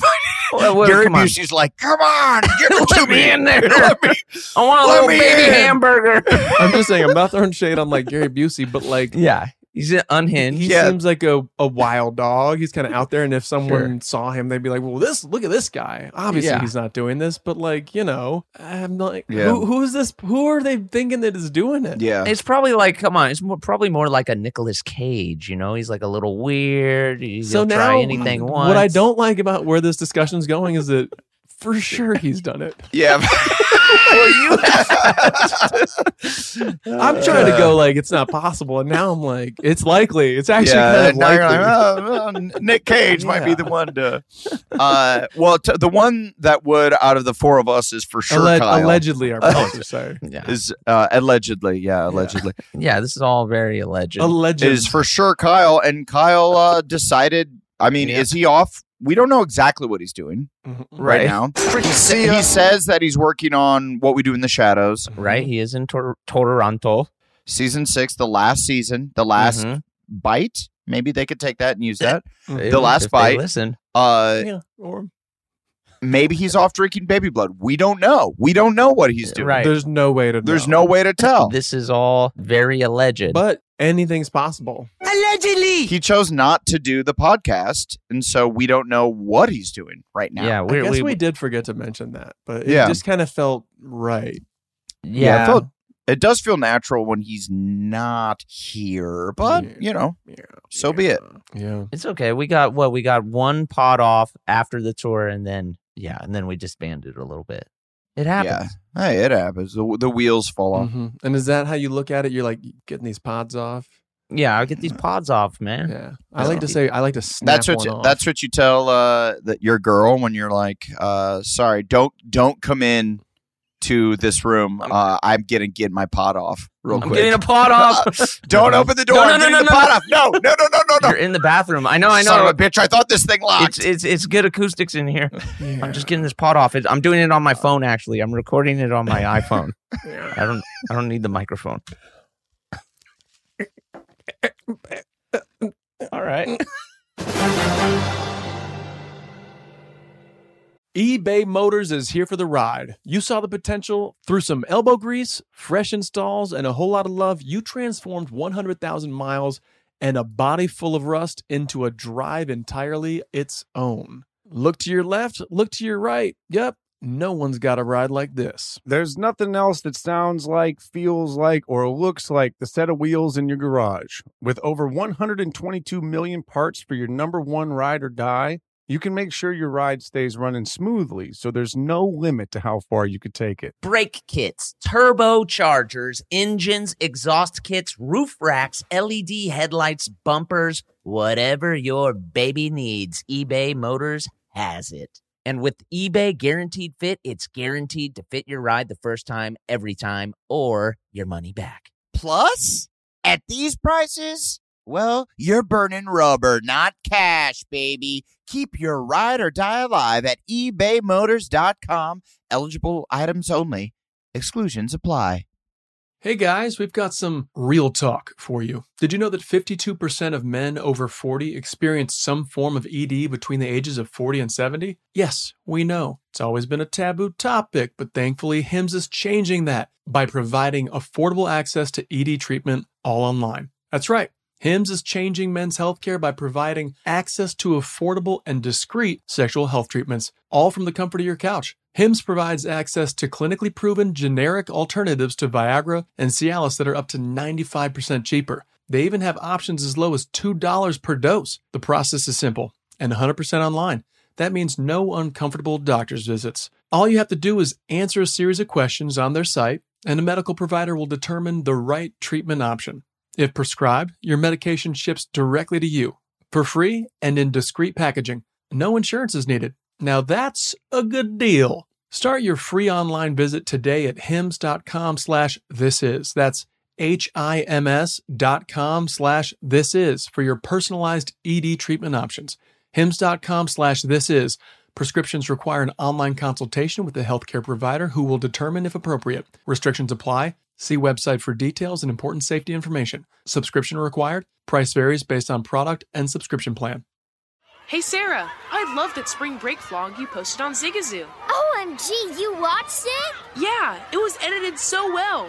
[SPEAKER 6] Well, well,
[SPEAKER 3] Gary
[SPEAKER 6] come on.
[SPEAKER 3] Busey's like, come on, give it to
[SPEAKER 6] Let me
[SPEAKER 3] me
[SPEAKER 6] in there.
[SPEAKER 3] Let me-
[SPEAKER 6] I want a
[SPEAKER 3] Let
[SPEAKER 6] little
[SPEAKER 3] me
[SPEAKER 6] baby
[SPEAKER 3] in.
[SPEAKER 6] hamburger.
[SPEAKER 9] I'm just saying, I'm not throwing shade on like Gary Busey, but like
[SPEAKER 6] yeah. He's unhinged.
[SPEAKER 9] he
[SPEAKER 3] Yeah.
[SPEAKER 9] seems like a, a wild dog. He's kind of out there, and if someone saw him, they'd be like, "Well, this look at this guy. Obviously,
[SPEAKER 6] Yeah.
[SPEAKER 9] he's not doing this." But like, you know, I'm like,
[SPEAKER 3] Yeah.
[SPEAKER 9] who, who is this? Who are they thinking that is doing it?
[SPEAKER 3] yeah.
[SPEAKER 6] It's probably like, come on, it's more, probably more like a Nicolas Cage. You know, he's like a little weird. He,
[SPEAKER 9] So
[SPEAKER 6] will
[SPEAKER 9] now,
[SPEAKER 6] try anything once.
[SPEAKER 9] what I don't like about where this discussion's going is that for sure he's done it.
[SPEAKER 3] Yeah. well, you Uh,
[SPEAKER 9] I'm trying to go like it's not possible, and now I'm like it's likely. It's actually kind of
[SPEAKER 3] now you're
[SPEAKER 9] likely.
[SPEAKER 3] like, "Oh, well, N- Nick Cage might be
[SPEAKER 9] Yeah.
[SPEAKER 3] the one to. Uh, well, t- the one that would out of the four of us is for sure
[SPEAKER 9] Alle-
[SPEAKER 3] Kyle.
[SPEAKER 9] allegedly, our producers say
[SPEAKER 6] Yeah.
[SPEAKER 3] is uh, allegedly, yeah, allegedly
[SPEAKER 6] yeah, this is all very alleged.
[SPEAKER 9] alleged.
[SPEAKER 3] is for sure Kyle. And Kyle uh, decided. I mean,
[SPEAKER 6] Yeah.
[SPEAKER 3] is he off? We don't know exactly what he's doing
[SPEAKER 9] Mhm.
[SPEAKER 3] right,
[SPEAKER 6] Right.
[SPEAKER 3] now. He, sa- he says that he's working on what we do in the shadows,
[SPEAKER 6] right? He is in Tor- Toronto.
[SPEAKER 3] season six, the last season, the last
[SPEAKER 6] Mhm.
[SPEAKER 3] bite. Maybe they could take that and use that.
[SPEAKER 6] If-
[SPEAKER 3] the last
[SPEAKER 6] if they
[SPEAKER 3] bite.
[SPEAKER 6] Listen,
[SPEAKER 3] Uh,
[SPEAKER 9] Yeah, or
[SPEAKER 3] maybe he's off drinking baby blood. We don't know. We don't know what he's doing.
[SPEAKER 6] Right.
[SPEAKER 9] there's no way to.
[SPEAKER 3] There's
[SPEAKER 9] know.
[SPEAKER 3] no way to tell.
[SPEAKER 6] this is all very alleged.
[SPEAKER 9] But anything's possible.
[SPEAKER 3] He chose not to do the podcast, and so we don't know what he's doing right now.
[SPEAKER 6] Yeah,
[SPEAKER 9] I
[SPEAKER 6] we're,
[SPEAKER 9] guess
[SPEAKER 6] we,
[SPEAKER 9] we, did forget to mention that, but it
[SPEAKER 3] Yeah.
[SPEAKER 9] just kind of felt right.
[SPEAKER 6] yeah.
[SPEAKER 3] it, felt, it does feel natural when he's not here, but
[SPEAKER 9] Yeah.
[SPEAKER 3] you know,
[SPEAKER 9] Yeah.
[SPEAKER 3] So be it.
[SPEAKER 9] Yeah.
[SPEAKER 6] it's okay. We got what we got one pod off after the tour, and then yeah, and then we disbanded a little bit. It happens. Mm-hmm.
[SPEAKER 3] hey, it happens. The, the wheels fall off.
[SPEAKER 9] Mhm. And is that how you look at it? You're like getting these pods off.
[SPEAKER 6] Yeah, I'll get these pods off, man.
[SPEAKER 9] Yeah. I like to say I like to snap
[SPEAKER 3] That's what
[SPEAKER 9] one
[SPEAKER 3] you,
[SPEAKER 9] off.
[SPEAKER 3] that's what you tell uh, that your girl when you're like, uh, sorry, don't don't come in to this room. Uh, I'm gonna get my pot off real
[SPEAKER 6] I'm
[SPEAKER 3] quick.
[SPEAKER 6] getting a pod off.
[SPEAKER 3] don't open the door.
[SPEAKER 6] No, no,
[SPEAKER 3] I'm
[SPEAKER 6] no,
[SPEAKER 3] getting
[SPEAKER 6] no,
[SPEAKER 3] the
[SPEAKER 6] no,
[SPEAKER 3] pot off. No, no, no, no, no,
[SPEAKER 6] You're
[SPEAKER 3] no.
[SPEAKER 6] in the bathroom. I know. I
[SPEAKER 3] Son of
[SPEAKER 6] know.
[SPEAKER 3] a bitch! I thought this thing locked.
[SPEAKER 6] It's it's it's good acoustics in here.
[SPEAKER 9] Yeah.
[SPEAKER 6] I'm just getting this pod off. It, I'm doing it on
[SPEAKER 3] Uh.
[SPEAKER 6] my phone. Actually, I'm recording it on my iPhone. I don't I don't need the microphone. All right.
[SPEAKER 9] eBay Motors is here for the ride. You saw the potential through some elbow grease, fresh installs, and a whole lot of love. You transformed 100,000 miles and a body full of rust into a drive entirely its own. Look to your left, look to your right. Yep, no one's got a ride like this.
[SPEAKER 1] There's nothing else that sounds like, feels like, or looks like the set of wheels in your garage. With over 122 million parts for your number one ride or die, you can make sure your ride stays running smoothly, so there's no limit to how far you could take it.
[SPEAKER 6] brake kits, turbochargers, engines, exhaust kits, roof racks, LED headlights, bumpers, whatever your baby needs, eBay Motors has it. And with eBay Guaranteed Fit, it's guaranteed to fit your ride the first time, every time, or your money back.
[SPEAKER 3] Plus, at these prices, well, you're burning rubber, not cash, baby. Keep your ride or die alive at ebaymotors.com. Eligible items only. Exclusions apply.
[SPEAKER 9] Hey guys, we've got some real talk for you. Did you know that 52% of men over 40 experience some form of ED between the ages of 40 and 70? Yes, we know. It's always been a taboo topic, but thankfully, HIMS is changing that by providing affordable access to ED treatment all online. That's right. HIMS is changing men's healthcare by providing access to affordable and discreet sexual health treatments, all from the comfort of your couch. HIMS provides access to clinically proven generic alternatives to Viagra and Cialis that are up to 95% cheaper. They even have options as low as $2 per dose. The process is simple and 100% online. That means no uncomfortable doctor's visits. All you have to do is answer a series of questions on their site, and a medical provider will determine the right treatment option. If prescribed, your medication ships directly to you for free and in discreet packaging. No insurance is needed. Now that's a good deal. Start your free online visit today at hims.com slash this is. That's H-I-M-S dot com slash this is for your personalized ED treatment options. HIMS.com slash this is. Prescriptions require an online consultation with a healthcare provider who will determine if appropriate. Restrictions apply. See website for details and important safety information. Subscription required. Price varies based on product and subscription plan.
[SPEAKER 8] Hey Sarah, I love that spring break vlog you posted on Zigazoo.
[SPEAKER 12] OMG, you watched it?
[SPEAKER 8] Yeah, it was edited so well.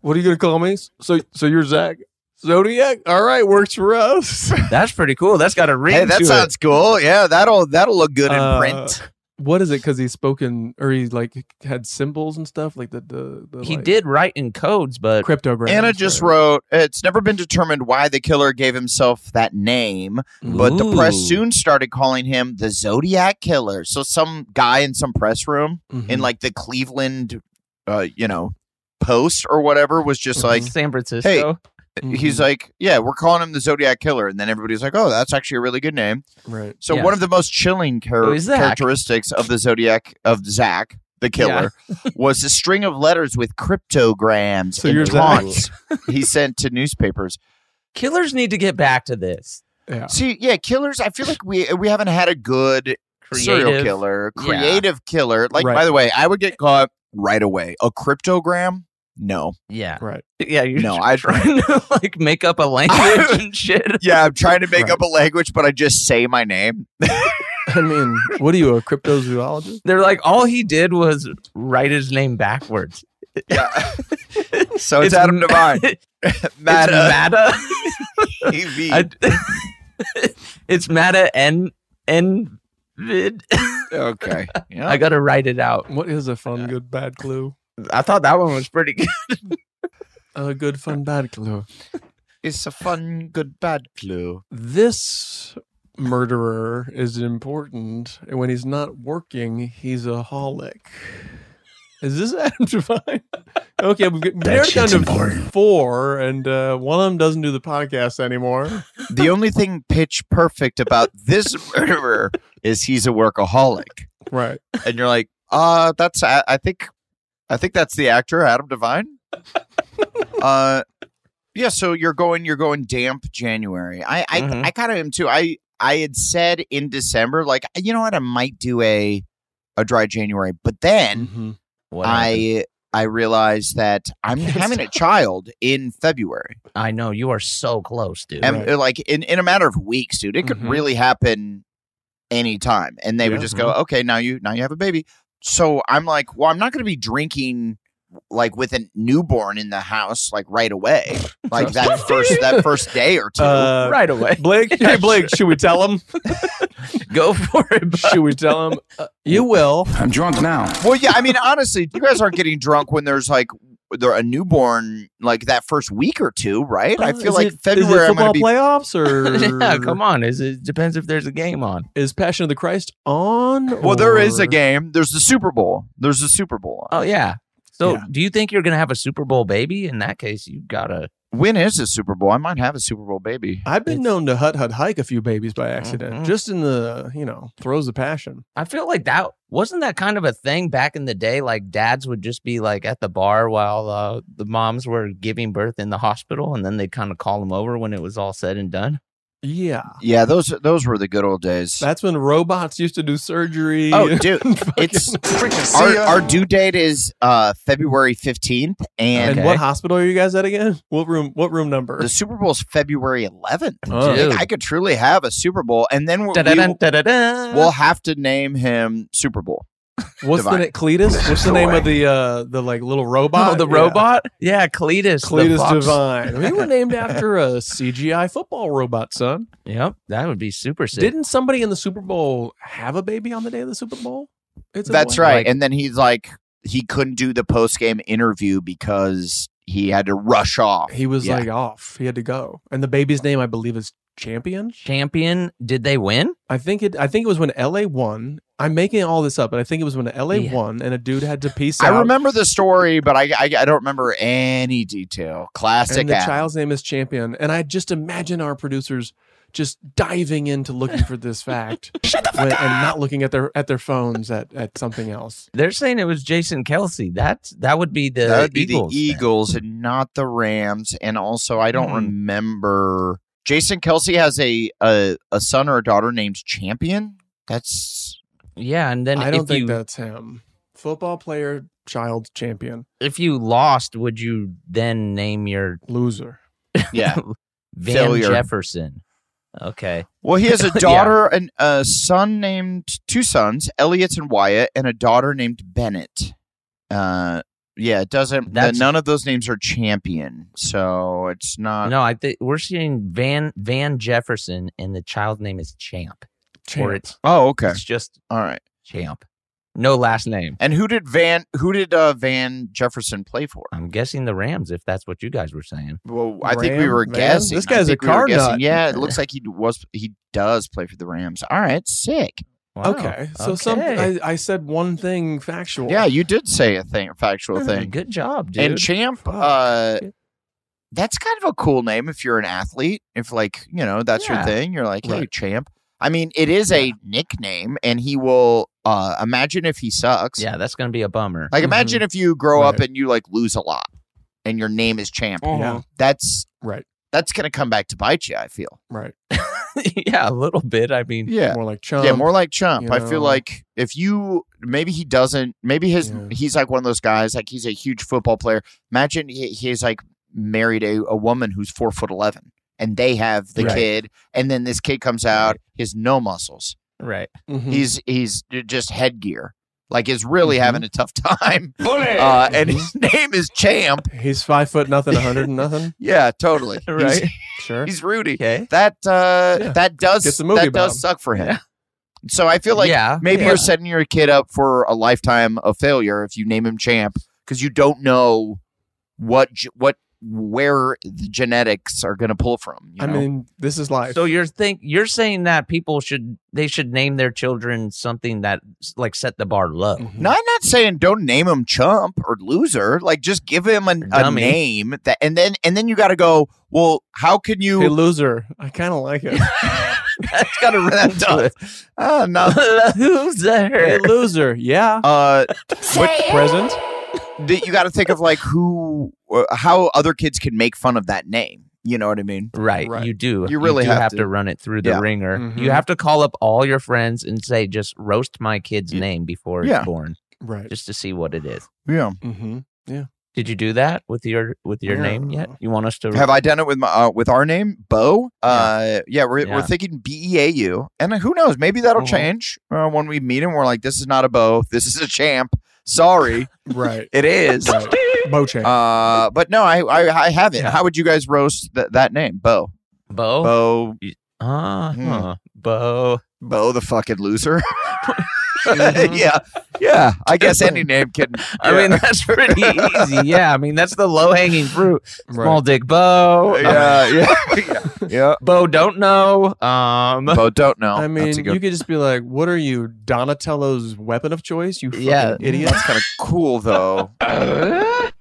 [SPEAKER 9] "What are you gonna call me?" So, so you're Zach. Zodiac. All right, works for us.
[SPEAKER 6] That's pretty cool. That's got a ring.
[SPEAKER 3] Hey, that
[SPEAKER 6] to
[SPEAKER 3] sounds
[SPEAKER 6] it.
[SPEAKER 3] cool. Yeah, that'll that'll look good in
[SPEAKER 9] Uh,
[SPEAKER 3] print.
[SPEAKER 9] What is it? Because he's spoken or he like had symbols and stuff like the the. the
[SPEAKER 6] He
[SPEAKER 9] like,
[SPEAKER 6] did write in codes, but
[SPEAKER 9] cryptograms.
[SPEAKER 3] Anna just wrote, it's never been determined why the killer gave himself that name,
[SPEAKER 9] Mm-hmm.
[SPEAKER 3] but the press
[SPEAKER 6] Ooh.
[SPEAKER 3] soon started calling him the Zodiac Killer. So some guy in some press room in
[SPEAKER 9] Mhm.
[SPEAKER 3] like the Cleveland, uh, you know, Post or whatever was just like,
[SPEAKER 6] San Francisco.
[SPEAKER 3] hey,
[SPEAKER 9] Mm-hmm.
[SPEAKER 3] he's like, yeah, we're calling him the Zodiac Killer. And then everybody's like, oh, that's actually a really good name.
[SPEAKER 9] right.
[SPEAKER 3] So
[SPEAKER 6] Yeah.
[SPEAKER 3] one of the most chilling char-
[SPEAKER 9] Oh,
[SPEAKER 6] Who is Zach?
[SPEAKER 3] characteristics of the Zodiac of Zach, the killer, was a string of letters with cryptograms
[SPEAKER 9] So you're
[SPEAKER 3] and
[SPEAKER 9] Zach.
[SPEAKER 3] taunts he sent to newspapers.
[SPEAKER 6] Killers need to get back to this.
[SPEAKER 9] Yeah.
[SPEAKER 3] See, yeah, killers. I feel like we we haven't had a good serial
[SPEAKER 6] Creative.
[SPEAKER 3] killer,
[SPEAKER 6] Yeah.
[SPEAKER 3] creative killer. Like,
[SPEAKER 9] Right.
[SPEAKER 3] by the way, I would get caught right away. A cryptogram? No,
[SPEAKER 6] Yeah.
[SPEAKER 9] Right.
[SPEAKER 6] Yeah, you're
[SPEAKER 3] no. I
[SPEAKER 6] trying to like make up a language and shit.
[SPEAKER 3] yeah, I'm trying to make
[SPEAKER 9] Right.
[SPEAKER 3] up a language, but I just say my name.
[SPEAKER 9] I mean, what are you a cryptozoologist?
[SPEAKER 6] They're like, all he did was write his name backwards.
[SPEAKER 3] So Oh, it's,
[SPEAKER 6] It's
[SPEAKER 3] Adam
[SPEAKER 6] ma-
[SPEAKER 3] Devine.
[SPEAKER 6] It's uh,
[SPEAKER 3] Mata
[SPEAKER 6] Mata.
[SPEAKER 3] EV.
[SPEAKER 6] I- it's Mata and and vid.
[SPEAKER 3] okay. Yeah.
[SPEAKER 6] I gotta write it out.
[SPEAKER 9] What is a fun, good, bad clue?
[SPEAKER 6] I thought that one was pretty good.
[SPEAKER 9] A good, fun, bad clue.
[SPEAKER 3] It's a fun, good, bad clue.
[SPEAKER 9] This murderer is important, and when he's not working, he's a holic. Is this Adam Devine? Okay, we've got- we've narrowed it down to four, and uh, one of them doesn't do the podcast anymore.
[SPEAKER 3] The only thing pitch perfect about this murderer is he's a workaholic.
[SPEAKER 9] Right.
[SPEAKER 3] And you're like, uh, that's I, I think I think that's the actor, Adam Devine. uh yeah, so you're going you're going damp January. I I,
[SPEAKER 6] Mhm.
[SPEAKER 3] I kind of am too. I I had said in December, like, you know what, I might do a a dry January, but then
[SPEAKER 9] Mhm.
[SPEAKER 6] What happened?
[SPEAKER 3] I I realized that I'm having a child in February.
[SPEAKER 6] I know you are so close, dude.
[SPEAKER 3] and
[SPEAKER 9] Right.
[SPEAKER 3] uh, like in, in a matter of weeks, dude. It could
[SPEAKER 9] Mhm.
[SPEAKER 3] really happen anytime. And they would
[SPEAKER 9] Yeah.
[SPEAKER 3] just go, okay, now you now you have a baby. So I'm like, well, I'm not going to be drinking like with a newborn in the house like right away, like that first that first day or two.
[SPEAKER 9] Uh,
[SPEAKER 6] right away.
[SPEAKER 9] Blake, hey Blake, should we tell him?
[SPEAKER 6] Go for it. bud.
[SPEAKER 9] Should we tell him? Uh, you will.
[SPEAKER 1] I'm drunk now.
[SPEAKER 3] well, yeah, I mean, honestly, you guys aren't getting drunk when there's like there a newborn like that first week or two, right? I
[SPEAKER 9] Uh,
[SPEAKER 3] feel
[SPEAKER 9] is
[SPEAKER 3] like
[SPEAKER 9] it- is it
[SPEAKER 3] February I'm
[SPEAKER 9] football
[SPEAKER 3] going to be
[SPEAKER 9] playoffs or
[SPEAKER 6] yeah, come on. Is it depends if there's a game on.
[SPEAKER 9] Is Passion of the Christ on?
[SPEAKER 3] well, there is a
[SPEAKER 9] or- Uh,
[SPEAKER 3] game. There's the Super Bowl. There's the Super Bowl.
[SPEAKER 6] Oh yeah. So
[SPEAKER 9] Yeah.
[SPEAKER 6] do you think you're gonna have a Super Bowl baby? In that case, you gotta
[SPEAKER 3] When is the Super Bowl? I might have a Super Bowl baby.
[SPEAKER 9] I've been
[SPEAKER 6] It's-
[SPEAKER 9] known to hut hut hike a few babies by accident,
[SPEAKER 3] Mm-hmm.
[SPEAKER 6] Mhm.
[SPEAKER 9] just in the you know throws of passion.
[SPEAKER 6] I feel like that wasn't that kind of a thing back in the day. Like dads would just be like at the bar while uh, the moms were giving birth in the hospital, and then they'd kind of call them over when it was all said and done.
[SPEAKER 9] Yeah,
[SPEAKER 3] Yeah, those those were the good old days.
[SPEAKER 9] that's when robots used to do surgery.
[SPEAKER 3] oh, dude, it's our,
[SPEAKER 1] ya.
[SPEAKER 3] our due date is uh, February fifteenth, and
[SPEAKER 9] and what hospital are you guys at again? What room? What room number?
[SPEAKER 3] the Super Bowl's February eleventh.
[SPEAKER 9] Oh.
[SPEAKER 6] Dude.
[SPEAKER 3] I could truly have a Super Bowl, and then we,
[SPEAKER 6] Da-da-dun,
[SPEAKER 3] we,
[SPEAKER 6] da-da-dun.
[SPEAKER 3] will have to name him Super Bowl.
[SPEAKER 9] What's
[SPEAKER 3] Divine.
[SPEAKER 9] the name? Cletus? What's the name
[SPEAKER 3] Joy.
[SPEAKER 9] of the uh the like little robot?
[SPEAKER 6] oh, the
[SPEAKER 9] Yeah.
[SPEAKER 6] robot. Yeah, Cletus. the
[SPEAKER 9] Cletus
[SPEAKER 6] fox.
[SPEAKER 9] Divine. We were named after a CGI football robot, son.
[SPEAKER 6] Yep, that would be super sick.
[SPEAKER 9] Didn't somebody in the Super Bowl have a baby on the day of the Super Bowl? It's a
[SPEAKER 3] That's
[SPEAKER 9] boy.
[SPEAKER 3] right.
[SPEAKER 9] Like,
[SPEAKER 3] and then he's like, he couldn't do the post game interview because he had to rush off.
[SPEAKER 9] he was
[SPEAKER 3] Yeah.
[SPEAKER 9] like off. He had to go. And the baby's name, I believe, is Champion.
[SPEAKER 6] Champion? Did they win?
[SPEAKER 9] I think it. I think it was when LA won. I'm making all this up, but I think it was when LA
[SPEAKER 6] Yeah.
[SPEAKER 9] won, and a dude had to peace out.
[SPEAKER 3] I remember the story, but I, I I don't remember any detail. Classic.
[SPEAKER 9] And the
[SPEAKER 3] Adam.
[SPEAKER 9] child's name is Champion, and I just imagine our producers just diving into looking for this fact when- and not looking at their at their phones at at something else.
[SPEAKER 6] They're saying it was Jason Kelsey. That that would be the
[SPEAKER 3] that would be
[SPEAKER 6] Eagles.
[SPEAKER 3] the Eagles and not the Rams. And also, I don't
[SPEAKER 6] Hmm.
[SPEAKER 3] remember. Jason Kelsey has a, a a son or a daughter named Champion. That's
[SPEAKER 6] Yeah, and then
[SPEAKER 9] I
[SPEAKER 6] if
[SPEAKER 9] don't think
[SPEAKER 6] you
[SPEAKER 9] that's him. Football player, child, champion,
[SPEAKER 6] if you lost, would you then name your
[SPEAKER 9] loser.
[SPEAKER 3] yeah.
[SPEAKER 6] Van
[SPEAKER 3] Failure.
[SPEAKER 6] Jefferson? Okay.
[SPEAKER 3] Well, he has a
[SPEAKER 6] Yeah.
[SPEAKER 3] daughter and a son named two sons, Elliot and Wyatt, and a daughter named Bennett. Uh, Yeah, it doesn't. the-
[SPEAKER 6] That's-
[SPEAKER 3] none of those names are champion, so it's not.
[SPEAKER 6] no, I think we're seeing Van Van Jefferson, and the child's name is Champ.
[SPEAKER 3] Champ.
[SPEAKER 6] it's,
[SPEAKER 3] Oh, okay.
[SPEAKER 6] It's just
[SPEAKER 3] all right.
[SPEAKER 6] Champ. No last name.
[SPEAKER 3] And who did Van? Who did uh, Van Jefferson play for?
[SPEAKER 6] I'm guessing the Rams, if that's what you guys were saying.
[SPEAKER 3] Well, I think we
[SPEAKER 6] Ram-
[SPEAKER 3] were
[SPEAKER 6] Van?
[SPEAKER 3] guessing.
[SPEAKER 6] This
[SPEAKER 3] I
[SPEAKER 6] guy's a
[SPEAKER 3] think we were
[SPEAKER 6] car
[SPEAKER 3] guessing.
[SPEAKER 6] nut.
[SPEAKER 3] Yeah, it looks like he was. He does play for the Rams. All right, sick.
[SPEAKER 9] Okay, so some I, I said one thing factual.
[SPEAKER 3] Yeah, you did say a thing, a factual
[SPEAKER 9] Hmm,
[SPEAKER 3] thing.
[SPEAKER 6] Good job, dude.
[SPEAKER 3] And Champ, uh, that's kind of a cool name if you're an athlete. If like you know that's your
[SPEAKER 6] Yeah.
[SPEAKER 3] thing, you're like, hey,
[SPEAKER 6] Right.
[SPEAKER 3] Champ. I mean, it is a nickname, and he will. Uh, imagine if he sucks.
[SPEAKER 6] yeah, that's gonna be a bummer.
[SPEAKER 3] Like, imagine if you grow up
[SPEAKER 6] Right. Uh-huh.
[SPEAKER 3] and you like lose a lot, and your name is Champ.
[SPEAKER 6] Yeah.
[SPEAKER 3] That's
[SPEAKER 9] right.
[SPEAKER 3] That's gonna come back to bite you. I feel.
[SPEAKER 9] Right.
[SPEAKER 6] yeah, a little bit. I mean,
[SPEAKER 3] Yeah.
[SPEAKER 9] More like
[SPEAKER 3] Yeah,
[SPEAKER 9] chump,
[SPEAKER 3] more like chump.
[SPEAKER 9] you
[SPEAKER 3] I feel
[SPEAKER 9] know.
[SPEAKER 3] like if you maybe he doesn't, maybe his he's like one of those guys. Like he's a huge football player. Imagine he, he's like married a, a woman who's four foot eleven, and they have the
[SPEAKER 6] Right.
[SPEAKER 3] kid, and then this kid comes out, he has no muscles.
[SPEAKER 6] Right.
[SPEAKER 9] Hmm. Mm-hmm.
[SPEAKER 3] He's he's j- just headgear. Like is really having a tough time. Uh, and his
[SPEAKER 9] Mm-hmm.
[SPEAKER 3] name is Champ.
[SPEAKER 9] He's five foot nothing, a hundred and nothing.
[SPEAKER 3] Yeah, totally. He's-
[SPEAKER 9] Right. Sure.
[SPEAKER 3] He's Rudy. That uh,
[SPEAKER 9] Yeah.
[SPEAKER 3] that does
[SPEAKER 9] Gets a movie
[SPEAKER 3] that
[SPEAKER 9] about
[SPEAKER 3] does
[SPEAKER 9] him.
[SPEAKER 3] suck for him. So I feel like
[SPEAKER 6] Yeah,
[SPEAKER 3] maybe
[SPEAKER 6] yeah.
[SPEAKER 3] you're setting your kid up for a lifetime of failure if you name him Champ because you don't know what ge- what where the genetics are going to pull from. you
[SPEAKER 9] I
[SPEAKER 3] know?
[SPEAKER 9] mean, this is life.
[SPEAKER 6] So you're think you're saying that people should they should name their children something that like set the bar low.
[SPEAKER 9] Mm-hmm.
[SPEAKER 3] No, I'm not saying don't name him chump or loser. Like just give him an, a
[SPEAKER 6] Dummy.
[SPEAKER 3] name that, and then and then you got to go. Well, how can you?
[SPEAKER 9] Hey, loser. I kind of like it.
[SPEAKER 3] That's got to run into it. Oh, no.
[SPEAKER 6] loser.
[SPEAKER 9] hey, loser. Yeah.
[SPEAKER 3] Uh,
[SPEAKER 9] what present?
[SPEAKER 3] that you got to think of like who, uh, how other kids can make fun of that name. You know what I mean?
[SPEAKER 6] Right, you do.
[SPEAKER 3] You really
[SPEAKER 6] do
[SPEAKER 3] have
[SPEAKER 6] have,
[SPEAKER 3] to.
[SPEAKER 6] to. run it through the
[SPEAKER 3] Yeah.
[SPEAKER 6] ringer.
[SPEAKER 3] Mhm.
[SPEAKER 6] You have to call up all your friends and say, just roast my kid's name before
[SPEAKER 3] Yeah.
[SPEAKER 6] it's born,
[SPEAKER 9] Right.
[SPEAKER 6] just to see what it is.
[SPEAKER 3] Yeah.
[SPEAKER 9] Mm-hmm. Yeah.
[SPEAKER 6] Did you do that with your with your
[SPEAKER 3] Yeah.
[SPEAKER 6] name yet? You want us to
[SPEAKER 3] Have I done it with my uh, with our name, Bo? Uh, yeah, we're, we're
[SPEAKER 6] Yeah. Mm-hmm.
[SPEAKER 3] thinking B E A U, and who knows? Maybe that'll
[SPEAKER 9] Mhm.
[SPEAKER 3] change uh, when we meet him. We're like, this is not a Bo. This is a champ. Sorry,
[SPEAKER 9] Right.
[SPEAKER 3] it is.
[SPEAKER 9] Bochamp.
[SPEAKER 3] Uh, but no, I I, I haven't.
[SPEAKER 6] Yeah. Oh.
[SPEAKER 3] How would you guys roast th- that name, Bo?
[SPEAKER 6] Bo?
[SPEAKER 3] Bo.
[SPEAKER 6] Ah,
[SPEAKER 3] Hmm.
[SPEAKER 6] huh. Bo.
[SPEAKER 3] Bo the fucking loser. yeah, yeah. I guess any name can.
[SPEAKER 6] Mm-hmm. I mean, that's pretty easy. Yeah, I mean, that's the low hanging fruit. Small dick Bo.
[SPEAKER 3] yeah, yeah, yeah, yeah.
[SPEAKER 6] Bo don't know. Um,
[SPEAKER 3] Bo don't know.
[SPEAKER 9] I mean,
[SPEAKER 3] That's a good
[SPEAKER 9] you could just be like, "What are you, Donatello's weapon of choice? You fucking
[SPEAKER 6] Yeah.
[SPEAKER 9] idiot!"
[SPEAKER 3] That's kind of cool though.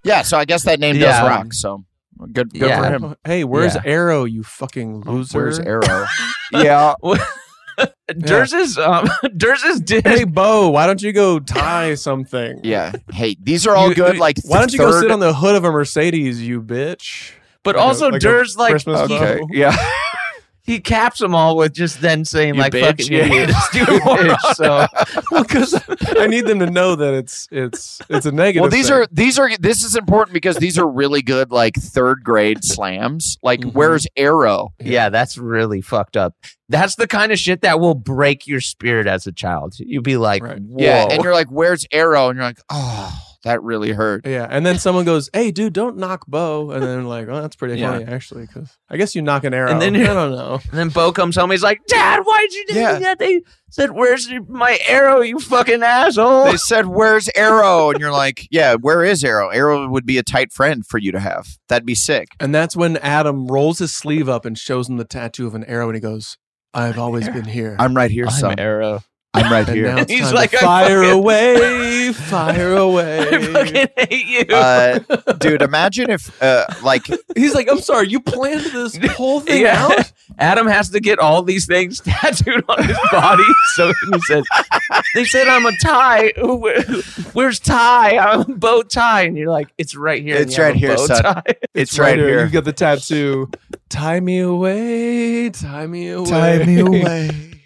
[SPEAKER 3] yeah, so I guess that name
[SPEAKER 6] Yeah.
[SPEAKER 3] does rock. So good, good
[SPEAKER 6] Yeah.
[SPEAKER 3] for him.
[SPEAKER 9] Hey, where's
[SPEAKER 6] Yeah.
[SPEAKER 9] Arrow? You fucking loser!
[SPEAKER 3] Oh, Where's Arrow? yeah,
[SPEAKER 6] Durs is um, Durs is dick.
[SPEAKER 9] Hey, Bo, why don't you go tie something?
[SPEAKER 3] yeah. Hey, these are all
[SPEAKER 9] You-
[SPEAKER 3] good.
[SPEAKER 9] you-
[SPEAKER 3] Like,
[SPEAKER 9] why don't you go
[SPEAKER 3] third-
[SPEAKER 9] sit on the hood of a Mercedes, you bitch?
[SPEAKER 6] But
[SPEAKER 9] Like a-
[SPEAKER 6] also,
[SPEAKER 9] like a
[SPEAKER 6] Durs like
[SPEAKER 9] Christmas
[SPEAKER 6] he,
[SPEAKER 9] bow.
[SPEAKER 3] Okay, yeah,
[SPEAKER 6] he caps them all with just then saying
[SPEAKER 3] You
[SPEAKER 6] like
[SPEAKER 3] bitch,
[SPEAKER 6] fucking
[SPEAKER 3] yeah.
[SPEAKER 6] idiot, stupid moron. So
[SPEAKER 9] well, because I need them to know that it's it's it's a negative.
[SPEAKER 3] Well, these
[SPEAKER 9] thing.
[SPEAKER 3] are these are this is important because these are really good like third grade slams. Like,
[SPEAKER 9] Mm-hmm.
[SPEAKER 3] where's Arrow?
[SPEAKER 6] yeah, that's really fucked up. That's the kind of shit that will break your spirit as a child. You'd be like,
[SPEAKER 9] Right.
[SPEAKER 6] whoa,
[SPEAKER 3] Yeah, and you're like, where's Arrow? And you're like, oh, that really hurt.
[SPEAKER 9] Yeah, and then someone goes, "Hey, dude, don't knock Bo," and then like, "Oh, that's pretty
[SPEAKER 3] Yeah.
[SPEAKER 9] funny actually." Because I guess you knock an arrow.
[SPEAKER 6] And then-
[SPEAKER 9] I don't know.
[SPEAKER 6] And then Bo comes home. He's like, Dad, why'd you do
[SPEAKER 3] Yeah.
[SPEAKER 6] that? They said, Where's your- my arrow? You fucking asshole.
[SPEAKER 3] They said, "Where's Arrow?" And you're like, "Yeah, where is Arrow? Arrow would be a tight friend for you to have. That'd be sick."
[SPEAKER 9] And that's when Adam rolls his sleeve up and shows him the tattoo of an arrow, and he goes, "I've always been here."
[SPEAKER 3] I'm right here, son.
[SPEAKER 6] arrow.
[SPEAKER 3] I'm right
[SPEAKER 9] and now
[SPEAKER 3] here.
[SPEAKER 9] it's
[SPEAKER 6] He's
[SPEAKER 9] time to
[SPEAKER 6] like, "I
[SPEAKER 9] fire
[SPEAKER 6] fucking-
[SPEAKER 9] away, fire
[SPEAKER 6] I
[SPEAKER 9] away.
[SPEAKER 6] fucking hate you.
[SPEAKER 3] Uh, dude, imagine if, uh, like,
[SPEAKER 9] He's like, I'm sorry, you planned this whole thing
[SPEAKER 6] Yeah.
[SPEAKER 9] out.
[SPEAKER 6] Adam has to get all these things tattooed on his body. So he says, "They said I'm a tie. Who- where- Where's tie? I'm a bow tie." And you're like, "It's right here. and
[SPEAKER 3] It's
[SPEAKER 6] you have
[SPEAKER 3] right
[SPEAKER 6] a
[SPEAKER 3] here,
[SPEAKER 6] bow
[SPEAKER 3] son.
[SPEAKER 6] tie."
[SPEAKER 3] it's right
[SPEAKER 9] You've
[SPEAKER 3] here.
[SPEAKER 9] got the tattoo. tie me away, tie me away,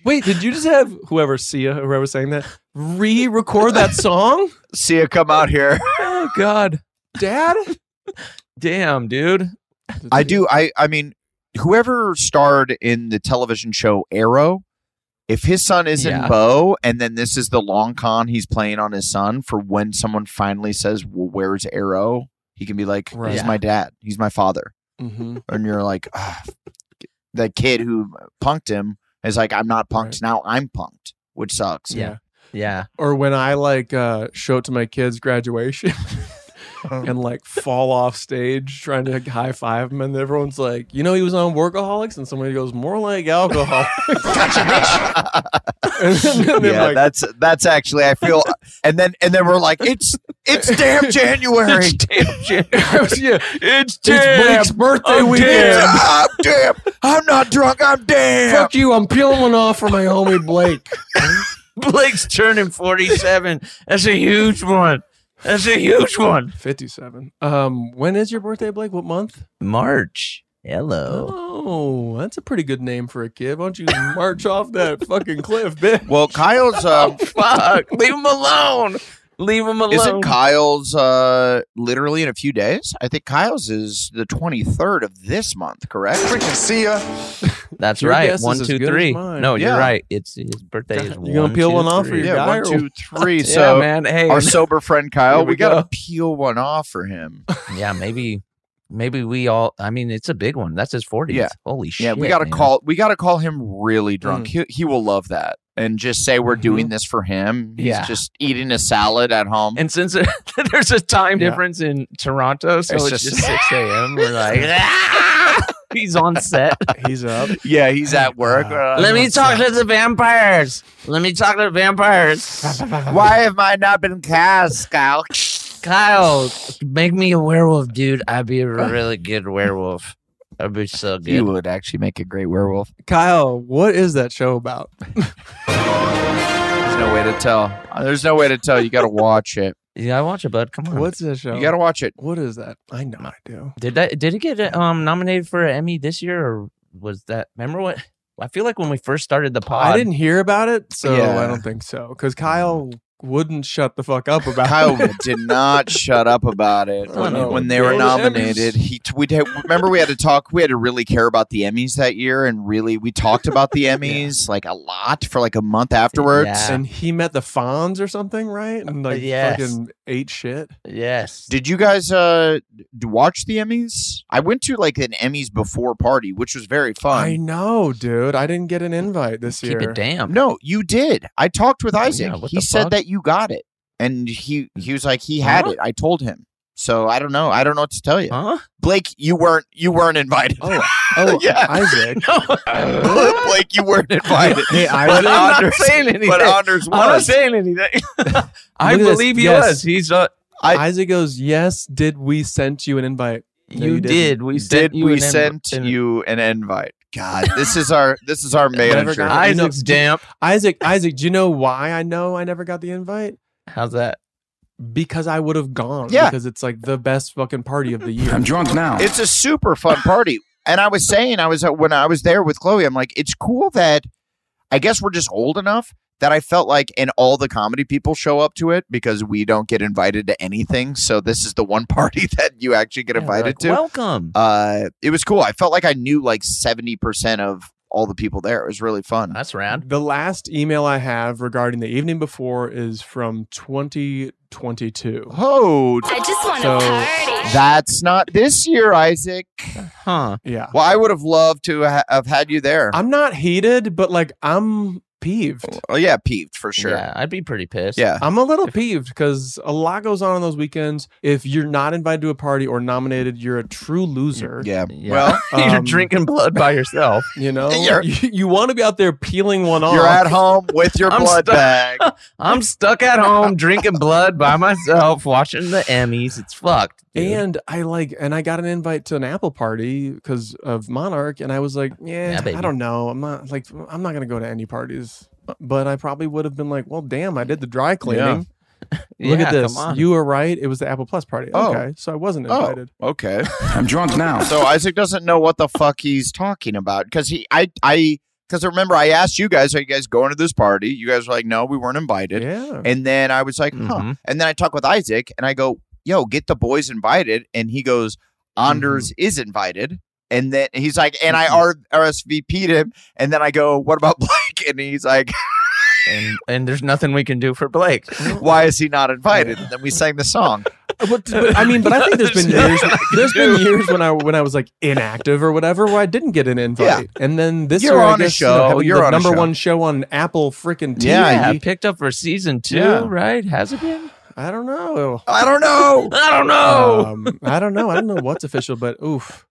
[SPEAKER 9] Wait, did you just have whoever Sia, whoever sang that, re-record that song?
[SPEAKER 3] See you come out here.
[SPEAKER 6] Oh God,
[SPEAKER 9] Dad,
[SPEAKER 6] damn, dude.
[SPEAKER 3] I do. I, I mean, whoever starred in the television show Arrow, If his son isn't
[SPEAKER 9] Yeah.
[SPEAKER 3] Bo, and then this is the long con he's playing on his son for when someone finally says, "Well, where's Arrow?" He can be like,
[SPEAKER 9] Right.
[SPEAKER 3] "He's
[SPEAKER 9] Yeah.
[SPEAKER 3] my dad. He's my father."
[SPEAKER 9] Mhm.
[SPEAKER 3] And you're like, "Ah, "That kid who punked him is like, I'm not punked now. I'm punked," which sucks.
[SPEAKER 9] Yeah.
[SPEAKER 6] Yeah.
[SPEAKER 9] Or when I like uh, show it to my kids' graduation
[SPEAKER 3] Uh-huh.
[SPEAKER 9] and like fall off stage trying to high five them, and everyone's like, you know, he was on Workaholics, and somebody goes, more like alcohol.
[SPEAKER 3] yeah, that's that's actually I feel, and then and then we're like, it's it's damn January.
[SPEAKER 9] It's
[SPEAKER 3] damn
[SPEAKER 9] January. yeah,
[SPEAKER 3] it's
[SPEAKER 9] damn. Blake's birthday I'm weekend. damn.
[SPEAKER 3] I'm damn. I'm not drunk. I'm damn.
[SPEAKER 9] Fuck you! I'm peeling one off for my homie Blake.
[SPEAKER 6] Blake's turning 47. That's a huge one. That's a huge one.
[SPEAKER 9] 57. Um, when is your birthday, Blake? What month?
[SPEAKER 6] March. Hello.
[SPEAKER 9] Oh, that's a pretty good name for a kid. Why don't you march off that fucking cliff, bitch?
[SPEAKER 3] Well, Kyle's um,
[SPEAKER 6] Fuck. Leave him alone. Leave him alone.
[SPEAKER 3] isn't Kyle's uh literally in a few days? I think Kyle's is the 23rd of this month, correct? Freaking see ya.
[SPEAKER 6] That's
[SPEAKER 3] Your
[SPEAKER 6] right.
[SPEAKER 3] guess is
[SPEAKER 6] One,
[SPEAKER 3] as
[SPEAKER 6] two,
[SPEAKER 3] good as
[SPEAKER 6] three.
[SPEAKER 3] mine.
[SPEAKER 6] No,
[SPEAKER 3] Yeah.
[SPEAKER 6] you're right. It's his birthday is
[SPEAKER 9] You gonna
[SPEAKER 6] one,
[SPEAKER 9] peel
[SPEAKER 6] two,
[SPEAKER 9] one off for
[SPEAKER 6] three.
[SPEAKER 9] your
[SPEAKER 3] Yeah,
[SPEAKER 9] guy
[SPEAKER 3] one,
[SPEAKER 9] or
[SPEAKER 3] two,
[SPEAKER 9] what?
[SPEAKER 3] three.
[SPEAKER 6] Yeah,
[SPEAKER 3] So,
[SPEAKER 6] man, hey.
[SPEAKER 3] our sober friend Kyle,
[SPEAKER 6] Here
[SPEAKER 3] we,
[SPEAKER 6] we
[SPEAKER 3] gotta
[SPEAKER 6] go. Oh,
[SPEAKER 3] peel one off for him.
[SPEAKER 6] yeah, maybe maybe we all I mean it's a big one. That's his 40s.
[SPEAKER 3] Yeah.
[SPEAKER 6] Holy shit.
[SPEAKER 3] Yeah, we gotta
[SPEAKER 6] man. Mm.
[SPEAKER 3] call. We gotta call him really drunk. He he will love that, and just say we're doing
[SPEAKER 6] Mhm.
[SPEAKER 3] this for him. He's
[SPEAKER 6] Yeah.
[SPEAKER 3] just eating a salad at home.
[SPEAKER 6] And since there's a time
[SPEAKER 3] Yeah.
[SPEAKER 6] difference in Toronto, so
[SPEAKER 3] It's
[SPEAKER 6] it's,
[SPEAKER 3] just-
[SPEAKER 6] just 6 a.m. We're like, "Ah!" he's on set.
[SPEAKER 9] He's up.
[SPEAKER 3] yeah, he's at work. Uh,
[SPEAKER 6] Let me talk to the vampires. Let me talk to the vampires.
[SPEAKER 3] Why have I not been cast, Kyle?
[SPEAKER 6] Kyle, make me a werewolf, dude. I'd be a really good werewolf. I'd be so good.
[SPEAKER 3] You would actually make a great werewolf.
[SPEAKER 9] Kyle, what is that show about?
[SPEAKER 3] There's no way to tell. Uh, There's no way to tell. You got to watch it.
[SPEAKER 6] You gotta watch it, bud. Come on.
[SPEAKER 9] What's that show?
[SPEAKER 3] You got to watch it.
[SPEAKER 9] What is that? I know I do.
[SPEAKER 6] Did that? Did it get uh, um nominated for an Emmy this year, or was that? Remember what? I feel like when we first started the pod,
[SPEAKER 9] I didn't hear about it, so
[SPEAKER 3] Yeah.
[SPEAKER 9] I don't think so. Because Kyle wouldn't shut the fuck up about
[SPEAKER 3] Kyle
[SPEAKER 9] it.
[SPEAKER 3] did not shut up about it
[SPEAKER 9] Oh,
[SPEAKER 3] when,
[SPEAKER 9] no.
[SPEAKER 3] when they were
[SPEAKER 9] Those
[SPEAKER 3] nominated.
[SPEAKER 9] Emmys.
[SPEAKER 3] He we remember we had to talk. We had to really care about the Emmys that year, and really we talked about the Emmys like a lot for like a month afterwards.
[SPEAKER 6] Yeah.
[SPEAKER 9] And he met the Fonz or something, right? And like
[SPEAKER 6] yes.
[SPEAKER 9] fucking ate shit.
[SPEAKER 6] Yes.
[SPEAKER 3] Did you guys uh d- watch the Emmys? I went to like an Emmys before party, which was very fun.
[SPEAKER 9] I know, dude. I didn't get an invite this
[SPEAKER 6] Keep
[SPEAKER 9] year.
[SPEAKER 6] it damn.
[SPEAKER 3] No, you did. I talked with Isaac.
[SPEAKER 6] Oh, what
[SPEAKER 3] he
[SPEAKER 6] the
[SPEAKER 3] said
[SPEAKER 6] fuck?
[SPEAKER 3] that you got it, and he he was like he had
[SPEAKER 6] Huh?
[SPEAKER 3] it. I told him. So I don't know. I don't know what to tell you,
[SPEAKER 6] Huh?
[SPEAKER 3] Blake. You weren't you weren't invited.
[SPEAKER 9] Oh, oh
[SPEAKER 3] Yeah.
[SPEAKER 9] Isaac.
[SPEAKER 3] Blake, you weren't invited.
[SPEAKER 9] Hey,
[SPEAKER 3] But
[SPEAKER 6] I'm not
[SPEAKER 3] Anders-
[SPEAKER 6] saying anything.
[SPEAKER 3] But Anders
[SPEAKER 6] I'm not
[SPEAKER 3] was.
[SPEAKER 6] saying anything. I
[SPEAKER 9] Look at this.
[SPEAKER 6] believe he
[SPEAKER 9] Yes.
[SPEAKER 6] was. He's uh,
[SPEAKER 3] I-
[SPEAKER 9] Isaac goes, Yes, did we send you an invite? No,
[SPEAKER 6] you,
[SPEAKER 9] didn't.
[SPEAKER 6] did. We
[SPEAKER 3] Did
[SPEAKER 6] sent you
[SPEAKER 3] we
[SPEAKER 6] an inv-
[SPEAKER 3] send
[SPEAKER 6] an-
[SPEAKER 3] you an invite? God, this is our this is our manager.
[SPEAKER 9] got it.
[SPEAKER 6] Isaac's damp.
[SPEAKER 9] Isaac, Isaac, do you know why I know I never got the invite?
[SPEAKER 6] How's that?
[SPEAKER 9] Because I would have gone.
[SPEAKER 3] Yeah.
[SPEAKER 9] Because it's like the best fucking party of the year.
[SPEAKER 1] drunk now.
[SPEAKER 3] It's a super fun party. And I was saying, I was uh, when I was there with Chloe, I'm like, it's cool that I guess we're just old enough that I felt like, and all the comedy people show up to it because we don't get invited to anything. So this is the one party that you actually get
[SPEAKER 6] Yeah, they're
[SPEAKER 3] invited
[SPEAKER 6] like,
[SPEAKER 3] to.
[SPEAKER 6] Welcome.
[SPEAKER 3] uh, it was cool. I felt like I knew like seventy percent of all the people there. It was really fun.
[SPEAKER 6] That's rad.
[SPEAKER 9] The last email I have regarding the evening before is from 2022.
[SPEAKER 3] Oh,
[SPEAKER 13] I just want
[SPEAKER 9] So-
[SPEAKER 13] to party.
[SPEAKER 3] that's not this year, Isaac.
[SPEAKER 6] Huh.
[SPEAKER 9] Yeah.
[SPEAKER 3] Well, I would have loved to ha- have had you there.
[SPEAKER 9] I'm not heated, but like I'm peeved.
[SPEAKER 3] oh uh, yeah, peeved for sure.
[SPEAKER 6] Yeah, I'd be pretty pissed.
[SPEAKER 3] yeah.
[SPEAKER 9] I'm a little peeved because a lot goes on on those weekends. If you're not invited to a party or nominated, you're a true loser.
[SPEAKER 3] Yeah.
[SPEAKER 6] Yeah.
[SPEAKER 3] Well,
[SPEAKER 6] You're
[SPEAKER 9] Um,
[SPEAKER 6] drinking blood by yourself.
[SPEAKER 9] You know,
[SPEAKER 3] You're-
[SPEAKER 9] you, you want to be out there peeling one off.
[SPEAKER 3] you're at home with your
[SPEAKER 6] I'm
[SPEAKER 3] blood
[SPEAKER 6] stuck.
[SPEAKER 3] bag.
[SPEAKER 6] I'm stuck at home drinking blood by myself, watching the Emmys. It's fucked. dude.
[SPEAKER 9] And I like, and I got an invite to an Apple party because of Monarch, and I was like, yeah,
[SPEAKER 6] Yeah, baby.
[SPEAKER 9] I don't know, I'm not like, I'm not gonna go to any parties. But I probably would have been like, well, damn, I did the dry cleaning. Look
[SPEAKER 6] Yeah,
[SPEAKER 9] at
[SPEAKER 6] come
[SPEAKER 9] this.
[SPEAKER 6] on.
[SPEAKER 9] You were right. It was the Apple Plus party.
[SPEAKER 3] Oh.
[SPEAKER 9] Okay, so I wasn't
[SPEAKER 3] Oh.
[SPEAKER 9] invited.
[SPEAKER 3] Okay.
[SPEAKER 1] I'm drunk now.
[SPEAKER 3] So Isaac doesn't know what the fuck he's talking about because he, I, I, because remember I asked you guys, are you guys going to this party? You guys were like, no, we weren't invited.
[SPEAKER 9] Yeah.
[SPEAKER 3] And then I was like, huh.
[SPEAKER 6] Mhm.
[SPEAKER 3] And then I talked with Isaac and I go, yo, get the boys invited. And he goes, Anders is Mm-hmm. invited. And then he's like, and I R- RSVP'd him. And then I go, what about Blake? and he's like,
[SPEAKER 14] and, and there's nothing we can do for Blake.
[SPEAKER 3] Why is he not invited? And then we sang the song.
[SPEAKER 9] but, but, I mean, but I think there's been years. There's been years when I when I was like inactive or whatever, where I didn't get an invite. And then this
[SPEAKER 3] You're
[SPEAKER 9] year, I
[SPEAKER 3] on a
[SPEAKER 9] guess, you know,
[SPEAKER 3] show.
[SPEAKER 9] having
[SPEAKER 3] You're
[SPEAKER 9] the
[SPEAKER 3] on a
[SPEAKER 9] number
[SPEAKER 3] show.
[SPEAKER 9] one show on Apple freaking TV.
[SPEAKER 14] Yeah, picked up for season two,
[SPEAKER 9] Yeah.
[SPEAKER 14] right? Has it been?
[SPEAKER 9] I don't know.
[SPEAKER 3] I don't
[SPEAKER 9] Uh,
[SPEAKER 3] know.
[SPEAKER 14] I don't
[SPEAKER 6] Oh.
[SPEAKER 14] know.
[SPEAKER 9] Um, I don't know. I don't know what's official, but oof.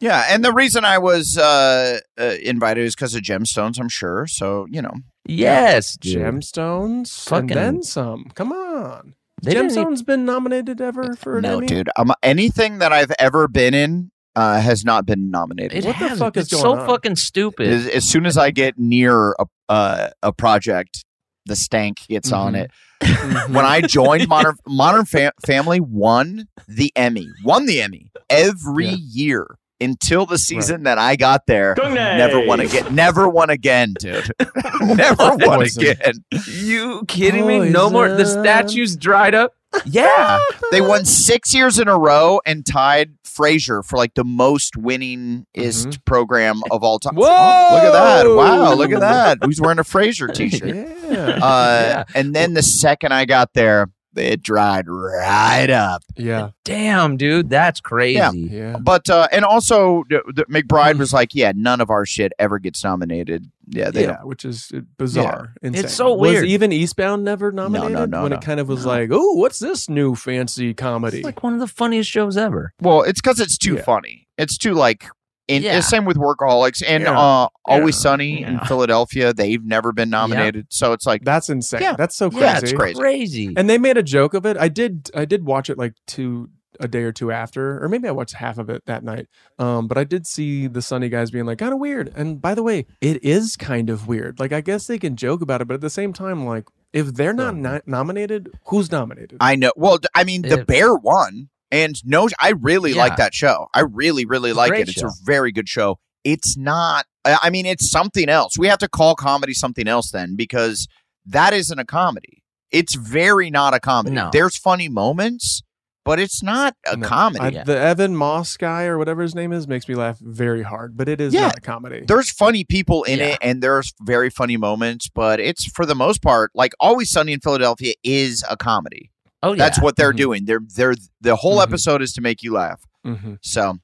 [SPEAKER 3] Yeah, and the reason I was uh, uh, invited is because of gemstones, I'm sure. So you know,
[SPEAKER 14] Yes, dude.
[SPEAKER 9] gemstones
[SPEAKER 14] Fucking-
[SPEAKER 9] and then some. Come on,
[SPEAKER 14] They didn't e-
[SPEAKER 9] gemstones been nominated ever for an
[SPEAKER 3] no,
[SPEAKER 9] Emmy?
[SPEAKER 3] dude, um, anything that I've ever been in uh, has not been nominated.
[SPEAKER 14] It
[SPEAKER 9] What the
[SPEAKER 14] has-
[SPEAKER 9] fuck is
[SPEAKER 14] it's
[SPEAKER 9] going
[SPEAKER 14] so
[SPEAKER 9] on?
[SPEAKER 14] fucking stupid.
[SPEAKER 3] As, as soon as I get near a uh, a project, the stank gets on
[SPEAKER 14] Mhm.
[SPEAKER 3] it. when I joined Modern Modern Fam- Family, won the Emmy, won the Emmy every year until the season that I got there. Never won again. Never won again, dude. never won
[SPEAKER 14] Poison.
[SPEAKER 3] again.
[SPEAKER 14] you kidding me? No more. The
[SPEAKER 9] Poison.
[SPEAKER 14] statue's dried up.
[SPEAKER 3] Yeah, they won six years in a row and tied Frasier for like the most winningest program of all time.
[SPEAKER 9] Whoa!
[SPEAKER 3] Look at that! Wow, look at that! Who's wearing a Frasier T-shirt?
[SPEAKER 9] Yeah.
[SPEAKER 3] Uh, And then the second I got there, it dried right up.
[SPEAKER 9] yeah.
[SPEAKER 14] Damn, dude, that's crazy.
[SPEAKER 9] Yeah.
[SPEAKER 3] But uh, and also th- th- McBride was like, yeah, none of our shit ever gets nominated. Yeah, they
[SPEAKER 9] yeah,
[SPEAKER 3] don't.
[SPEAKER 9] which is uh, bizarre. Insane.
[SPEAKER 14] so weird.
[SPEAKER 9] Was even Eastbound never nominated?
[SPEAKER 3] no,
[SPEAKER 9] when
[SPEAKER 3] no,
[SPEAKER 9] it kind of was like, oh, what's this new fancy comedy?
[SPEAKER 14] It's like one of the funniest shows ever.
[SPEAKER 3] Well, it's because it's too
[SPEAKER 9] Yeah.
[SPEAKER 3] funny. It's too like. And
[SPEAKER 14] Yeah.
[SPEAKER 3] the same with Workaholics and
[SPEAKER 9] Yeah.
[SPEAKER 3] uh, Always
[SPEAKER 14] Yeah.
[SPEAKER 3] Sunny in
[SPEAKER 14] Yeah.
[SPEAKER 3] Philadelphia. They've never been nominated, so it's like
[SPEAKER 9] That's insane.
[SPEAKER 3] Yeah.
[SPEAKER 9] That's so crazy.
[SPEAKER 3] yeah, it's crazy.
[SPEAKER 14] Crazy.
[SPEAKER 9] And they made a joke of it. I did. I did watch it like two a day or two after, or maybe I watched half of it that night. Um, but I did see the Sunny guys being like kind of weird. And by the way, it is kind of weird. Like I guess they can joke about it, but at the same time, like if they're not no- nominated, who's nominated?
[SPEAKER 3] I know. Well, d- I mean, the
[SPEAKER 14] It-
[SPEAKER 3] Bear won, and no, I really
[SPEAKER 14] Yeah.
[SPEAKER 3] like that show. I really, really
[SPEAKER 14] It's a
[SPEAKER 3] like
[SPEAKER 14] great
[SPEAKER 3] it. It's
[SPEAKER 14] show.
[SPEAKER 3] a very good show. It's not. I I mean, it's something else. We have to call comedy something else then, because that isn't a comedy. It's very not a comedy.
[SPEAKER 14] No.
[SPEAKER 3] There's funny moments, but it's not a
[SPEAKER 9] No. I-
[SPEAKER 3] comedy.
[SPEAKER 9] the Evan Moss guy or whatever his name is makes me laugh very hard, but it is
[SPEAKER 3] Yeah.
[SPEAKER 9] not a comedy.
[SPEAKER 3] there's funny people in
[SPEAKER 14] Yeah.
[SPEAKER 3] it, and there's very funny moments, but it's for the most part like Always Sunny in Philadelphia is a comedy.
[SPEAKER 14] Oh yeah,
[SPEAKER 3] That's what they're
[SPEAKER 9] Mhm.
[SPEAKER 3] doing. They're they're the whole
[SPEAKER 9] Mhm.
[SPEAKER 3] episode is to make you laugh.
[SPEAKER 9] Mm-hmm.
[SPEAKER 3] So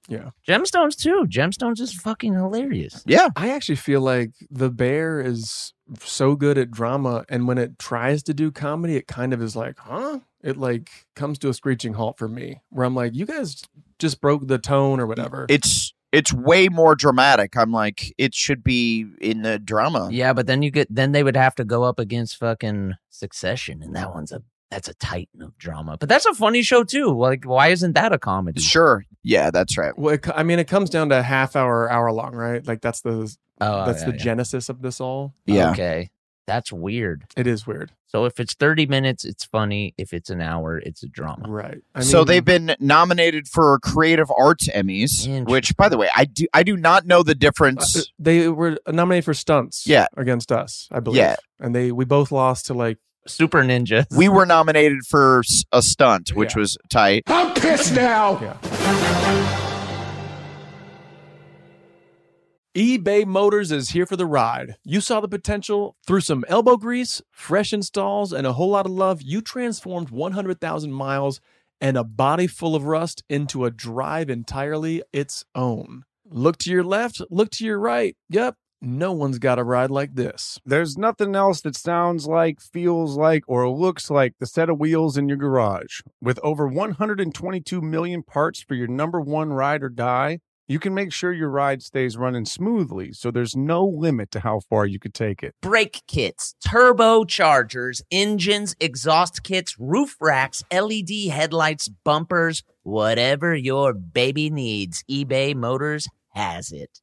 [SPEAKER 14] gemstones too. Gemstones is fucking hilarious.
[SPEAKER 3] yeah,
[SPEAKER 9] I actually feel like the bear is so good at drama, and when it tries to do comedy, it kind of is like, huh? It like comes to a screeching halt for me, where I'm like, you guys just broke the tone or whatever.
[SPEAKER 3] it's it's way more dramatic. I'm like, it should be in the drama.
[SPEAKER 14] Yeah, but then you get then they would have to go up against fucking Succession, and that one's a that's a titan of drama. But that's a funny show too. Like, why isn't that a comedy?
[SPEAKER 3] Sure. Yeah, that's right.
[SPEAKER 9] well, it, co- I mean, it comes down to half hour, hour long, right? Like that's the
[SPEAKER 14] Oh,
[SPEAKER 9] that's
[SPEAKER 14] yeah,
[SPEAKER 9] the
[SPEAKER 14] yeah.
[SPEAKER 9] genesis of this all.
[SPEAKER 3] Yeah.
[SPEAKER 14] Okay, that's weird.
[SPEAKER 9] It is weird,
[SPEAKER 14] So if it's thirty minutes, it's funny. If it's an hour, it's a drama.
[SPEAKER 9] right? I
[SPEAKER 3] so
[SPEAKER 9] mean,
[SPEAKER 3] they've been nominated for creative arts Emmys, which, by the way, I do I do not know the difference.
[SPEAKER 9] Uh, they were nominated for stunts,
[SPEAKER 3] Yeah.
[SPEAKER 9] against us, I believe,
[SPEAKER 3] Yeah.
[SPEAKER 9] and they we both lost to like
[SPEAKER 14] Super Ninja.
[SPEAKER 3] we were nominated for s- a stunt, which
[SPEAKER 9] Yeah.
[SPEAKER 3] was tight.
[SPEAKER 7] I'm pissed now.
[SPEAKER 9] eBay Motors is here for the ride. You saw the potential through some elbow grease, fresh installs, and a whole lot of love. You transformed 100,000 miles and a body full of rust into a drive entirely its own. Look to your left, look to your right. Yep, no one's got a ride like this.
[SPEAKER 1] There's nothing else that sounds like, feels like, or looks like the set of wheels in your garage. With over 122 million parts for your number one ride or die, you can make sure your ride stays running smoothly so there's no limit to how far you could take it.
[SPEAKER 6] brake kits, turbochargers, engines, exhaust kits, roof racks, LED headlights, bumpers, whatever your baby needs, eBay Motors has it.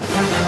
[SPEAKER 3] I,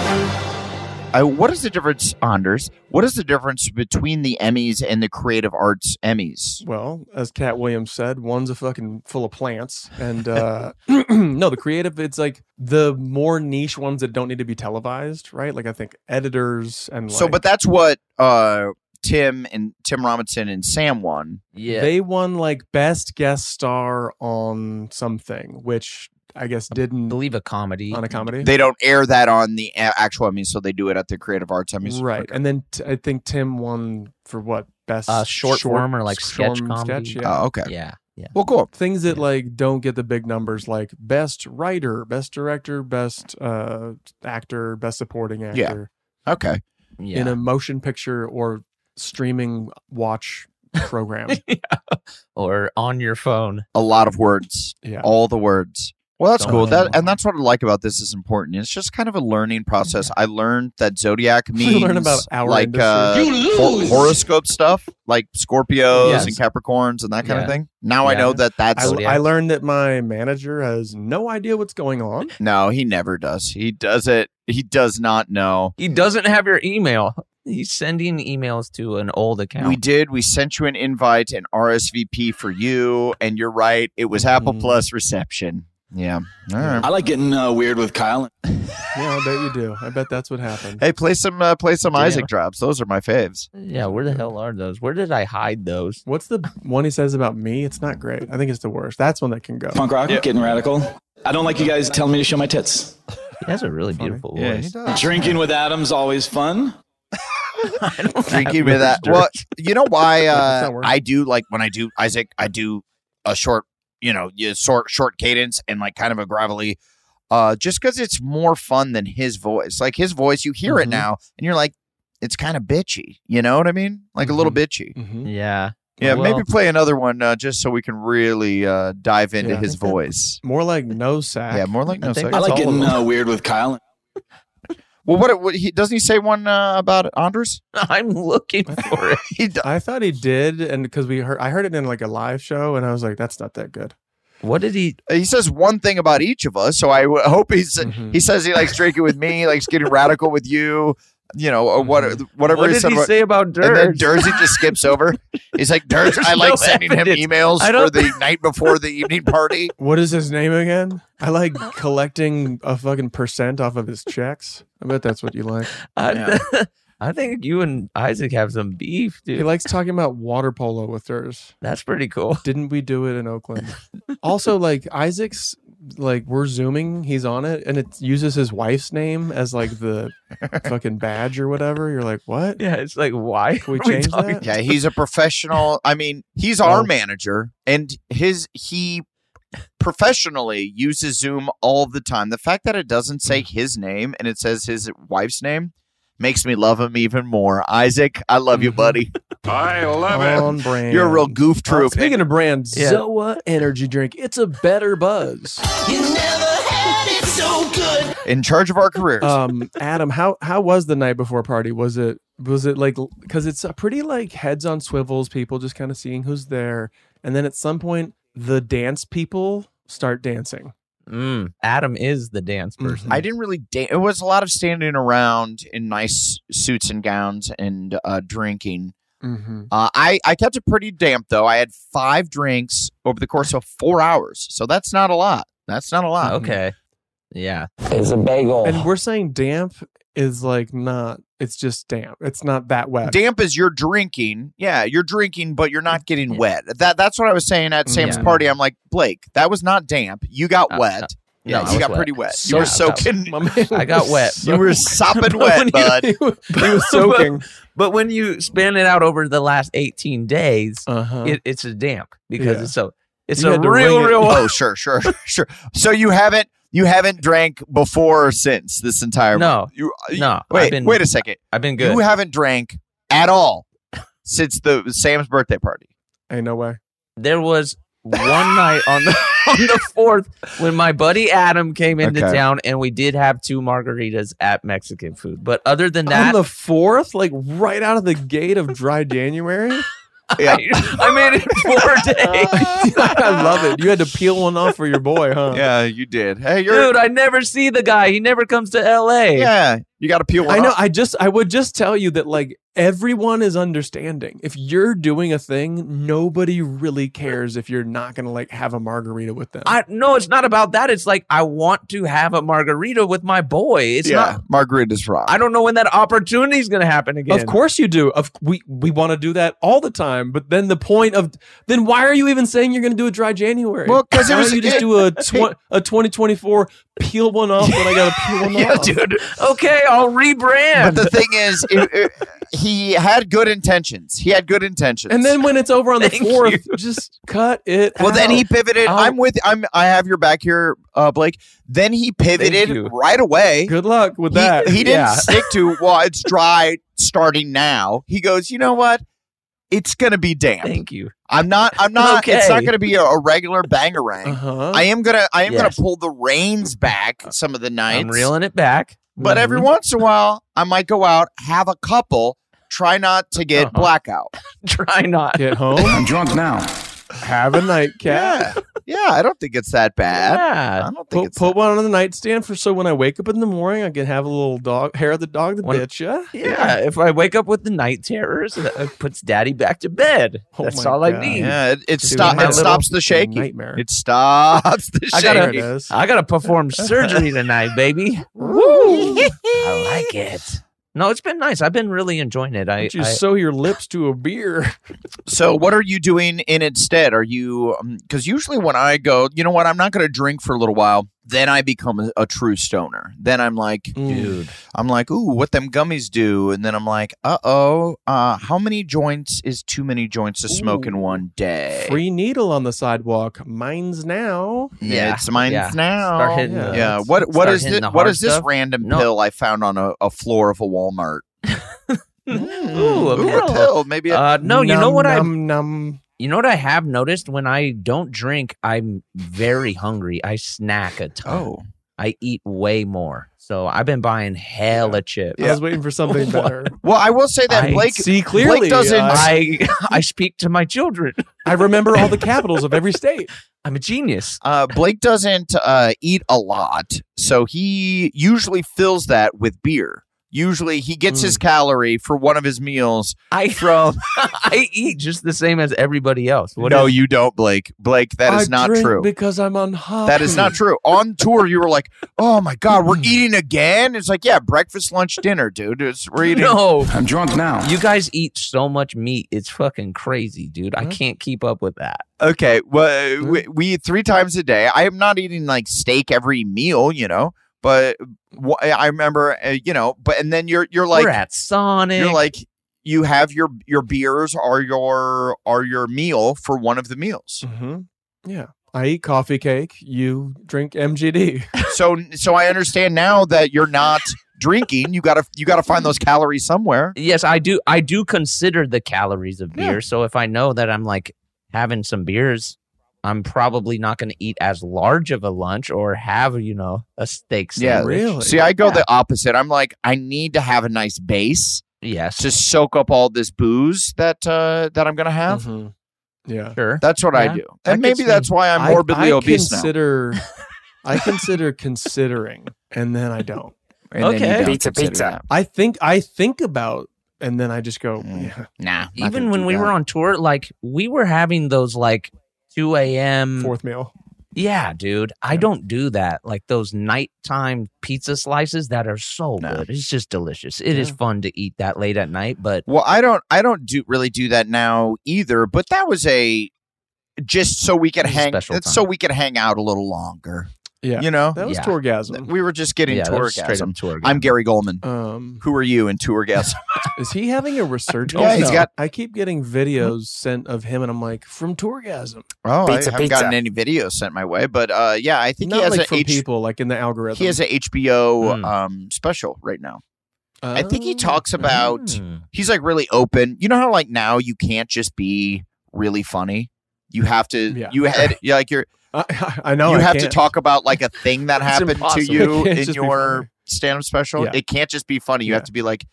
[SPEAKER 3] Uh, what is the difference, Anders? What is the difference between the Emmys and the Creative Arts Emmys?
[SPEAKER 9] Well, as Cat Williams said, one's a fucking full of plants, and uh, no, the creative. It's like the more niche ones that don't need to be televised, right? Like I think editors and
[SPEAKER 3] so,
[SPEAKER 9] like,
[SPEAKER 3] but that's what uh, Tim and Tim Robinson and Sam won.
[SPEAKER 9] yeah, they won like best guest star on something, which I guess didn't
[SPEAKER 14] believe a comedy
[SPEAKER 9] on a comedy.
[SPEAKER 3] They don't air that on the a- actual Emmys, so they do it at the Creative Arts Emmys,
[SPEAKER 9] right? And then t- I think Tim won for what best
[SPEAKER 14] Uh, short form or, like, sketch
[SPEAKER 9] form
[SPEAKER 14] comedy?
[SPEAKER 9] yeah.
[SPEAKER 3] Oh, okay.
[SPEAKER 14] Yeah, yeah.
[SPEAKER 3] Well, cool.
[SPEAKER 9] Things that like don't get the big numbers, like best writer, best director, best uh, actor, best supporting
[SPEAKER 3] Yeah.
[SPEAKER 9] actor
[SPEAKER 3] Okay.
[SPEAKER 14] Yeah.
[SPEAKER 9] in a motion picture or streaming watch program.
[SPEAKER 14] or on your phone.
[SPEAKER 3] A lot of words.
[SPEAKER 9] Yeah.
[SPEAKER 3] All the words. Well, that's
[SPEAKER 14] Don't
[SPEAKER 3] cool.
[SPEAKER 14] have
[SPEAKER 3] That
[SPEAKER 14] one.
[SPEAKER 3] and that's what I like about this is important. It's just kind of a learning process. I learned that zodiac means
[SPEAKER 9] We learn about our
[SPEAKER 3] like
[SPEAKER 9] industry.
[SPEAKER 3] uh,
[SPEAKER 9] You
[SPEAKER 3] hor-
[SPEAKER 9] lose!
[SPEAKER 3] horoscope stuff, like Scorpios
[SPEAKER 9] Yes.
[SPEAKER 3] and Capricorns and that kind
[SPEAKER 14] Yeah.
[SPEAKER 3] of thing. Now I
[SPEAKER 14] Yeah.
[SPEAKER 3] know that that's
[SPEAKER 9] I, I learned that my manager has no idea what's going on.
[SPEAKER 3] no. He never does. He does it. He does not know.
[SPEAKER 14] He doesn't have your email. He's sending emails to an old account.
[SPEAKER 3] We did. We sent you an invite and RSVP for you. And you're right. It was Apple
[SPEAKER 9] Mm-hmm.
[SPEAKER 3] Plus reception. Yeah. All right.
[SPEAKER 15] I like getting uh, weird with Kyle.
[SPEAKER 9] Yeah, I bet you do. I bet that's what happened.
[SPEAKER 3] Hey, play some uh, play some
[SPEAKER 14] Damn.
[SPEAKER 3] Isaac drops. Those are my faves.
[SPEAKER 14] yeah, where the hell are those? Where did I hide those?
[SPEAKER 9] What's the one he says about me? It's not great. I think it's the worst. That's one that can go.
[SPEAKER 15] Punk rock, getting radical. I don't like you guys telling me to show my tits.
[SPEAKER 14] He has a really beautiful
[SPEAKER 3] Yeah, he
[SPEAKER 14] voice.
[SPEAKER 15] Drinking with Adam's always fun.
[SPEAKER 3] Drinking with that. Well, you know why
[SPEAKER 9] That's
[SPEAKER 3] uh,
[SPEAKER 9] not working.
[SPEAKER 3] I do like when I do Isaac, I do a short, you know, yeah, short short cadence and like kind of a gravelly. Uh, just because it's more fun than his voice. Like his voice, you hear it
[SPEAKER 9] Mhm.
[SPEAKER 3] now, and you're like, it's kind of bitchy. You know what I mean? Like a little bitchy.
[SPEAKER 6] Mm-hmm.
[SPEAKER 9] Mhm.
[SPEAKER 14] Yeah.
[SPEAKER 3] Yeah,
[SPEAKER 14] Well,
[SPEAKER 3] maybe play another one uh, just so we can really uh, dive into
[SPEAKER 9] Yeah, I
[SPEAKER 3] his
[SPEAKER 9] think that-
[SPEAKER 3] voice.
[SPEAKER 9] More like no sack.
[SPEAKER 3] Yeah, more like
[SPEAKER 14] I
[SPEAKER 3] no.
[SPEAKER 14] think
[SPEAKER 3] Sex.
[SPEAKER 15] I like
[SPEAKER 14] all of
[SPEAKER 15] getting
[SPEAKER 14] them.
[SPEAKER 15] uh, weird with Kyle.
[SPEAKER 3] Well, what, what he doesn't he say one uh, about it, Andres?
[SPEAKER 14] I'm looking for it.
[SPEAKER 3] He d-
[SPEAKER 9] I thought he did, and because we heard, I heard it in like a live show, and I was like, "That's not that good."
[SPEAKER 14] What did he?
[SPEAKER 3] he says one thing about each of us, so I w- hope he's
[SPEAKER 14] Mm-hmm.
[SPEAKER 9] Mhm.
[SPEAKER 3] he says he likes drinking with me, likes getting radical with you, you know, or what
[SPEAKER 14] Mm-hmm.
[SPEAKER 3] whatever
[SPEAKER 14] What
[SPEAKER 3] he
[SPEAKER 14] did
[SPEAKER 3] said.
[SPEAKER 14] he
[SPEAKER 3] about-
[SPEAKER 14] say about
[SPEAKER 3] and then
[SPEAKER 14] Dirge?
[SPEAKER 3] Dursey just skips over. He's like, Durz, I
[SPEAKER 14] There's
[SPEAKER 3] like
[SPEAKER 14] no
[SPEAKER 3] sending
[SPEAKER 14] evidence.
[SPEAKER 3] him emails
[SPEAKER 14] I
[SPEAKER 3] for
[SPEAKER 14] don't-
[SPEAKER 3] the night before the evening party.
[SPEAKER 9] What is his name again? I like collecting a fucking percent off of his checks. I bet that's what you like.
[SPEAKER 14] I,
[SPEAKER 15] Yeah.
[SPEAKER 14] I think you and Isaac have some beef,
[SPEAKER 9] He
[SPEAKER 14] dude.
[SPEAKER 9] likes talking about water polo with hers.
[SPEAKER 14] That's pretty cool.
[SPEAKER 9] Didn't we do it in Oakland? Also, like Isaac's, like we're zooming, he's on it, and it uses his wife's name as like the fucking badge or whatever. You're like, what?
[SPEAKER 14] Yeah, it's like why
[SPEAKER 9] Can we
[SPEAKER 14] are we
[SPEAKER 9] change
[SPEAKER 14] talking-
[SPEAKER 9] that?
[SPEAKER 3] Yeah, he's a professional. I mean, he's our
[SPEAKER 9] Oh.
[SPEAKER 3] manager, and his he professionally uses Zoom all the time. The fact that it doesn't
[SPEAKER 14] Mm.
[SPEAKER 3] say his name and it says his wife's name makes me love him even more. Isaac, I love
[SPEAKER 14] Mm-hmm.
[SPEAKER 3] you,
[SPEAKER 9] Mhm.
[SPEAKER 3] buddy.
[SPEAKER 15] I love
[SPEAKER 9] On brand. Uh,
[SPEAKER 3] You're a real goof troop.
[SPEAKER 9] Speaking of brands,
[SPEAKER 14] Yeah.
[SPEAKER 9] Zoa energy drink. It's a better buzz.
[SPEAKER 3] in charge of our careers.
[SPEAKER 9] um adam how how was the night before party was it was it like because it's a pretty like heads on swivels people just kind of seeing who's there and then at some point the dance people start dancing.
[SPEAKER 6] Mm, Adam is the dance person.
[SPEAKER 3] I didn't really dance. It was a lot of standing around in nice suits and gowns and uh, drinking.
[SPEAKER 9] Mm-hmm.
[SPEAKER 3] Uh, I, I kept it pretty damp, though. I had five drinks over the course of four hours. So that's not a lot. That's not a lot.
[SPEAKER 6] Oh, Okay. Yeah.
[SPEAKER 9] It's a bagel. And we're saying damp is like not, it's just damp. It's not that wet.
[SPEAKER 3] Damp is you're drinking. Yeah, you're drinking, but you're not getting wet. That That's what I was saying at Sam's
[SPEAKER 9] Yeah.
[SPEAKER 3] party. I'm like, Blake, that was not damp. You got wet.
[SPEAKER 6] Uh, no,
[SPEAKER 3] yeah,
[SPEAKER 6] I
[SPEAKER 3] you
[SPEAKER 6] was
[SPEAKER 3] got
[SPEAKER 6] wet.
[SPEAKER 3] pretty wet.
[SPEAKER 6] Yeah,
[SPEAKER 3] You were
[SPEAKER 6] I was-
[SPEAKER 3] soaking.
[SPEAKER 6] my man I got was wet.
[SPEAKER 3] You were sopping wet, bud.
[SPEAKER 6] he, was
[SPEAKER 9] soaking.
[SPEAKER 6] But, but when you span it out over the last 18 days,
[SPEAKER 9] Uh-huh.
[SPEAKER 6] it, it's a damp because
[SPEAKER 3] Yeah.
[SPEAKER 6] it's so it's
[SPEAKER 3] You
[SPEAKER 6] a
[SPEAKER 3] had to
[SPEAKER 6] real,
[SPEAKER 3] wing it.
[SPEAKER 6] real.
[SPEAKER 3] Oh, sure, sure, sure. So you haven't you haven't drank before or since this entire
[SPEAKER 6] No,
[SPEAKER 3] You, uh,
[SPEAKER 6] no, I've
[SPEAKER 3] Wait,
[SPEAKER 6] been-
[SPEAKER 3] wait a second.
[SPEAKER 6] I've been good.
[SPEAKER 3] You haven't drank at all since the Sam's birthday party.
[SPEAKER 9] Ain't no way.
[SPEAKER 6] There was one night on the on the fourth when my buddy Adam came into
[SPEAKER 9] Okay.
[SPEAKER 6] town and we did have two margaritas at Mexican food. But other than that,
[SPEAKER 9] On the fourth, like right out of the gate of dry January.
[SPEAKER 3] Yeah.
[SPEAKER 6] I made it four days.
[SPEAKER 9] I love it. You had to peel one off for your boy, huh?
[SPEAKER 3] Yeah, you did. Hey,
[SPEAKER 6] Uh. Dude, I never see the guy. He never comes to LA.
[SPEAKER 3] Yeah, you got to peel
[SPEAKER 9] I know. I just I would just tell you that like everyone is understanding. If you're doing a thing, nobody really cares if you're not gonna like have a margarita with them.
[SPEAKER 6] I no, it's not about that. It's like I want to have a margarita with my boy. It's
[SPEAKER 3] yeah,
[SPEAKER 6] not.
[SPEAKER 3] margaritas rock.
[SPEAKER 6] I don't know when that opportunity is going to happen again.
[SPEAKER 9] Of course you do. Of we we want to do that all the time. But then the point of then why are you even saying you're going to do a dry January?
[SPEAKER 3] Well, 'cause it
[SPEAKER 9] Why don't
[SPEAKER 3] was-
[SPEAKER 9] you just
[SPEAKER 3] it-
[SPEAKER 9] do a tw- a 2024 peel one off when I got to peel one
[SPEAKER 3] Yeah,
[SPEAKER 9] off.
[SPEAKER 3] dude.
[SPEAKER 6] Okay, I'll rebrand.
[SPEAKER 3] But the thing is, it- it- he had good intentions. He had good intentions.
[SPEAKER 9] And then when it's over on the
[SPEAKER 3] Thank
[SPEAKER 9] fourth, just cut it.
[SPEAKER 3] Well, then
[SPEAKER 9] out.
[SPEAKER 3] he pivoted.
[SPEAKER 9] Out.
[SPEAKER 3] I'm with. I'm. I have your back here, uh, Blake. Then he pivoted
[SPEAKER 9] you.
[SPEAKER 3] right away.
[SPEAKER 9] Good luck with
[SPEAKER 3] He-
[SPEAKER 9] that.
[SPEAKER 3] He, didn't
[SPEAKER 9] Yeah.
[SPEAKER 3] stick to. Well, it's dry starting now. He goes. You know what? It's gonna be damp.
[SPEAKER 6] Thank you.
[SPEAKER 3] I'm not. I'm not. It's not
[SPEAKER 6] Okay.
[SPEAKER 3] gonna be a, a regular bangarang.
[SPEAKER 9] Uh-huh.
[SPEAKER 3] I am gonna. I am
[SPEAKER 6] Yes. Uh,
[SPEAKER 3] gonna pull the reins back some of the nights.
[SPEAKER 6] I'm reeling it back.
[SPEAKER 3] But every
[SPEAKER 6] Mhm.
[SPEAKER 3] once in a while, I might go out, have a couple. Try not to get
[SPEAKER 6] Uh-huh.
[SPEAKER 3] blackout.
[SPEAKER 6] try not.
[SPEAKER 9] get home,
[SPEAKER 16] I'm drunk now.
[SPEAKER 9] have a nightcap.
[SPEAKER 3] Yeah, I don't think it's that bad.
[SPEAKER 6] Yeah.
[SPEAKER 3] I don't think
[SPEAKER 9] Put,
[SPEAKER 3] it's
[SPEAKER 9] put one on the nightstand for so when I wake up in the morning, I can have a little dog hair of the dog that
[SPEAKER 6] One-
[SPEAKER 9] bit ya.
[SPEAKER 6] Yeah, if I wake up with the night terrors, it uh, puts Daddy back to bed.
[SPEAKER 9] Oh
[SPEAKER 6] That's
[SPEAKER 9] my
[SPEAKER 6] all I
[SPEAKER 9] God.
[SPEAKER 6] need.
[SPEAKER 3] Yeah, it, it,
[SPEAKER 6] Dude,
[SPEAKER 3] stop,
[SPEAKER 6] my
[SPEAKER 3] it stops
[SPEAKER 6] little
[SPEAKER 3] the shaking.
[SPEAKER 9] nightmare.
[SPEAKER 3] It stops the
[SPEAKER 6] I
[SPEAKER 3] shaking.
[SPEAKER 6] gotta-
[SPEAKER 9] There it is.
[SPEAKER 6] I gotta perform surgery tonight, baby.
[SPEAKER 9] Woo!
[SPEAKER 6] I like it. No, it's been nice. I've been really enjoying it. I,
[SPEAKER 9] Don't you
[SPEAKER 6] I-
[SPEAKER 9] sew your lips to a beer.
[SPEAKER 3] so, what are you doing in instead? Are you because usually when I go, you know what? I'm not going to drink for a little while. Then I become a, a true stoner. Then I'm like,
[SPEAKER 9] Mm.
[SPEAKER 6] dude.
[SPEAKER 3] I'm like, ooh, what them gummies do? And then I'm like, uh oh, uh, how many joints is too many joints to smoke in one day?
[SPEAKER 9] Free needle on the sidewalk. Mine's now.
[SPEAKER 3] Yeah,
[SPEAKER 6] Yeah,
[SPEAKER 3] it's mine's
[SPEAKER 6] yeah.
[SPEAKER 3] now.
[SPEAKER 6] Start hitting
[SPEAKER 3] yeah.
[SPEAKER 6] the-
[SPEAKER 3] What what
[SPEAKER 6] start
[SPEAKER 3] is
[SPEAKER 6] hitting
[SPEAKER 3] this?
[SPEAKER 6] the
[SPEAKER 3] What
[SPEAKER 6] hard
[SPEAKER 3] is this
[SPEAKER 6] stuff.
[SPEAKER 3] random
[SPEAKER 6] No.
[SPEAKER 3] pill I found on a, a floor of a Walmart? Mm,
[SPEAKER 6] Mm-hmm. Ooh, a pill.
[SPEAKER 3] Maybe a
[SPEAKER 6] Uh, no, you know
[SPEAKER 9] Num,
[SPEAKER 6] what I
[SPEAKER 9] num, num.
[SPEAKER 6] you know what I have noticed when I don't drink, I'm very hungry. I snack a ton.
[SPEAKER 3] Oh.
[SPEAKER 6] I eat way more. So I've been buying hella chips.
[SPEAKER 9] I was waiting for something better.
[SPEAKER 3] Well, I will say that
[SPEAKER 6] I
[SPEAKER 3] Blake
[SPEAKER 9] see clearly,
[SPEAKER 3] Blake doesn't
[SPEAKER 9] uh,
[SPEAKER 6] I I speak to my children.
[SPEAKER 9] I remember all the capitals of every state.
[SPEAKER 6] I'm a genius.
[SPEAKER 3] uh, Blake doesn't uh, eat a lot, so he usually fills that with beer. Usually, he gets
[SPEAKER 6] Hmm.
[SPEAKER 3] his calorie for one of his meals
[SPEAKER 6] I
[SPEAKER 3] from.
[SPEAKER 6] I eat just the same as everybody else. What
[SPEAKER 3] no,
[SPEAKER 6] is-
[SPEAKER 3] you don't, Blake. Blake, that is
[SPEAKER 9] I
[SPEAKER 3] not
[SPEAKER 9] drink
[SPEAKER 3] true.
[SPEAKER 9] Because I'm on high.
[SPEAKER 3] That is not true. On tour, you were like, "Oh my god,
[SPEAKER 6] Hmm.
[SPEAKER 3] we're eating again." It's like, yeah, breakfast, lunch, dinner, dude. It's, we're eating.
[SPEAKER 6] no.
[SPEAKER 16] I'm drunk now.
[SPEAKER 6] You guys eat so much meat. It's fucking crazy, dude.
[SPEAKER 3] Mm-hmm.
[SPEAKER 6] I can't keep up with that.
[SPEAKER 3] Okay,
[SPEAKER 6] Hmm.
[SPEAKER 3] well, we, we eat three times a day. I am not eating like steak every meal, you know. But wh- I remember, uh, you know. But and then you're you're like
[SPEAKER 6] We're at Sonic.
[SPEAKER 3] you're like you have your your beers are your are your meal for one of the meals.
[SPEAKER 9] hmm Yeah. I eat coffee cake. You drink MGD.
[SPEAKER 3] so so I understand now that you're not drinking. You gotta you gotta find those calories somewhere.
[SPEAKER 6] yes, I do. I do consider the calories of beer. So if I know that I'm like having some beers, I'm probably not going to eat as large of a lunch or have you know a steak
[SPEAKER 3] Yeah.
[SPEAKER 6] sandwich.
[SPEAKER 9] Really?
[SPEAKER 3] See, I go
[SPEAKER 6] Yeah.
[SPEAKER 3] the opposite. I'm like, I need to have a nice base
[SPEAKER 6] Yes.
[SPEAKER 3] to soak up all this booze that uh, that I'm gonna have.
[SPEAKER 9] Mhm. Yeah.
[SPEAKER 6] Sure.
[SPEAKER 3] That's what I do. And maybe that's why I'm morbidly obese now.
[SPEAKER 9] consider, I consider considering, and then I don't.
[SPEAKER 3] And then you Okay. don't Pizza, consider pizza. that.
[SPEAKER 9] I think I think about, and then I just go, yeah,
[SPEAKER 3] Mm.
[SPEAKER 17] nah.
[SPEAKER 6] Even when we were on tour, like we were having those like 2 a.m.
[SPEAKER 9] fourth meal.
[SPEAKER 6] Yeah, dude. I don't do that. Like those nighttime pizza slices that are so good. It's just delicious. It is
[SPEAKER 3] Yeah.
[SPEAKER 6] fun to eat that late at night, but
[SPEAKER 3] Well, I don't I don't do really do that now either, but that was a just so we could
[SPEAKER 6] It was a
[SPEAKER 3] hang
[SPEAKER 6] special
[SPEAKER 3] that's so
[SPEAKER 6] time.
[SPEAKER 3] we could hang out a little longer.
[SPEAKER 9] Yeah.
[SPEAKER 3] You know?
[SPEAKER 9] That was
[SPEAKER 3] Yeah.
[SPEAKER 9] tourgasm.
[SPEAKER 3] We were just getting
[SPEAKER 9] Yeah, that was straight up
[SPEAKER 3] tourgasm.
[SPEAKER 9] tourgasm.
[SPEAKER 3] I'm Gary Goldman.
[SPEAKER 9] Um,
[SPEAKER 3] Who are you in tourgasm?
[SPEAKER 9] Is he having a resurgence?
[SPEAKER 3] Yeah, he's
[SPEAKER 9] now?
[SPEAKER 3] got-
[SPEAKER 9] I keep getting videos sent of him, and I'm like, from tourgasm.
[SPEAKER 3] oh, I haven't gotten any videos sent my way, but uh, yeah, I think
[SPEAKER 9] Not
[SPEAKER 3] he has
[SPEAKER 9] like
[SPEAKER 3] a
[SPEAKER 9] from
[SPEAKER 3] H-
[SPEAKER 9] people, like in the algorithm.
[SPEAKER 3] he has a HBO um, special right now. I think
[SPEAKER 9] Oh.
[SPEAKER 3] he talks about
[SPEAKER 9] hmm.
[SPEAKER 6] Mm.
[SPEAKER 3] he's like really open. You know how like now you can't just be really funny. You have to
[SPEAKER 9] Yeah.
[SPEAKER 3] you had yeah, like you're
[SPEAKER 9] I, I know
[SPEAKER 3] you
[SPEAKER 9] I
[SPEAKER 3] have to
[SPEAKER 9] can't.
[SPEAKER 3] talk about like a thing that
[SPEAKER 9] It's
[SPEAKER 3] happened to
[SPEAKER 9] impossible.
[SPEAKER 3] you
[SPEAKER 9] It can't
[SPEAKER 3] in
[SPEAKER 9] just be
[SPEAKER 3] your stand-up special.
[SPEAKER 9] Yeah.
[SPEAKER 3] It can't just be funny. You have
[SPEAKER 9] Yeah.
[SPEAKER 3] to be like,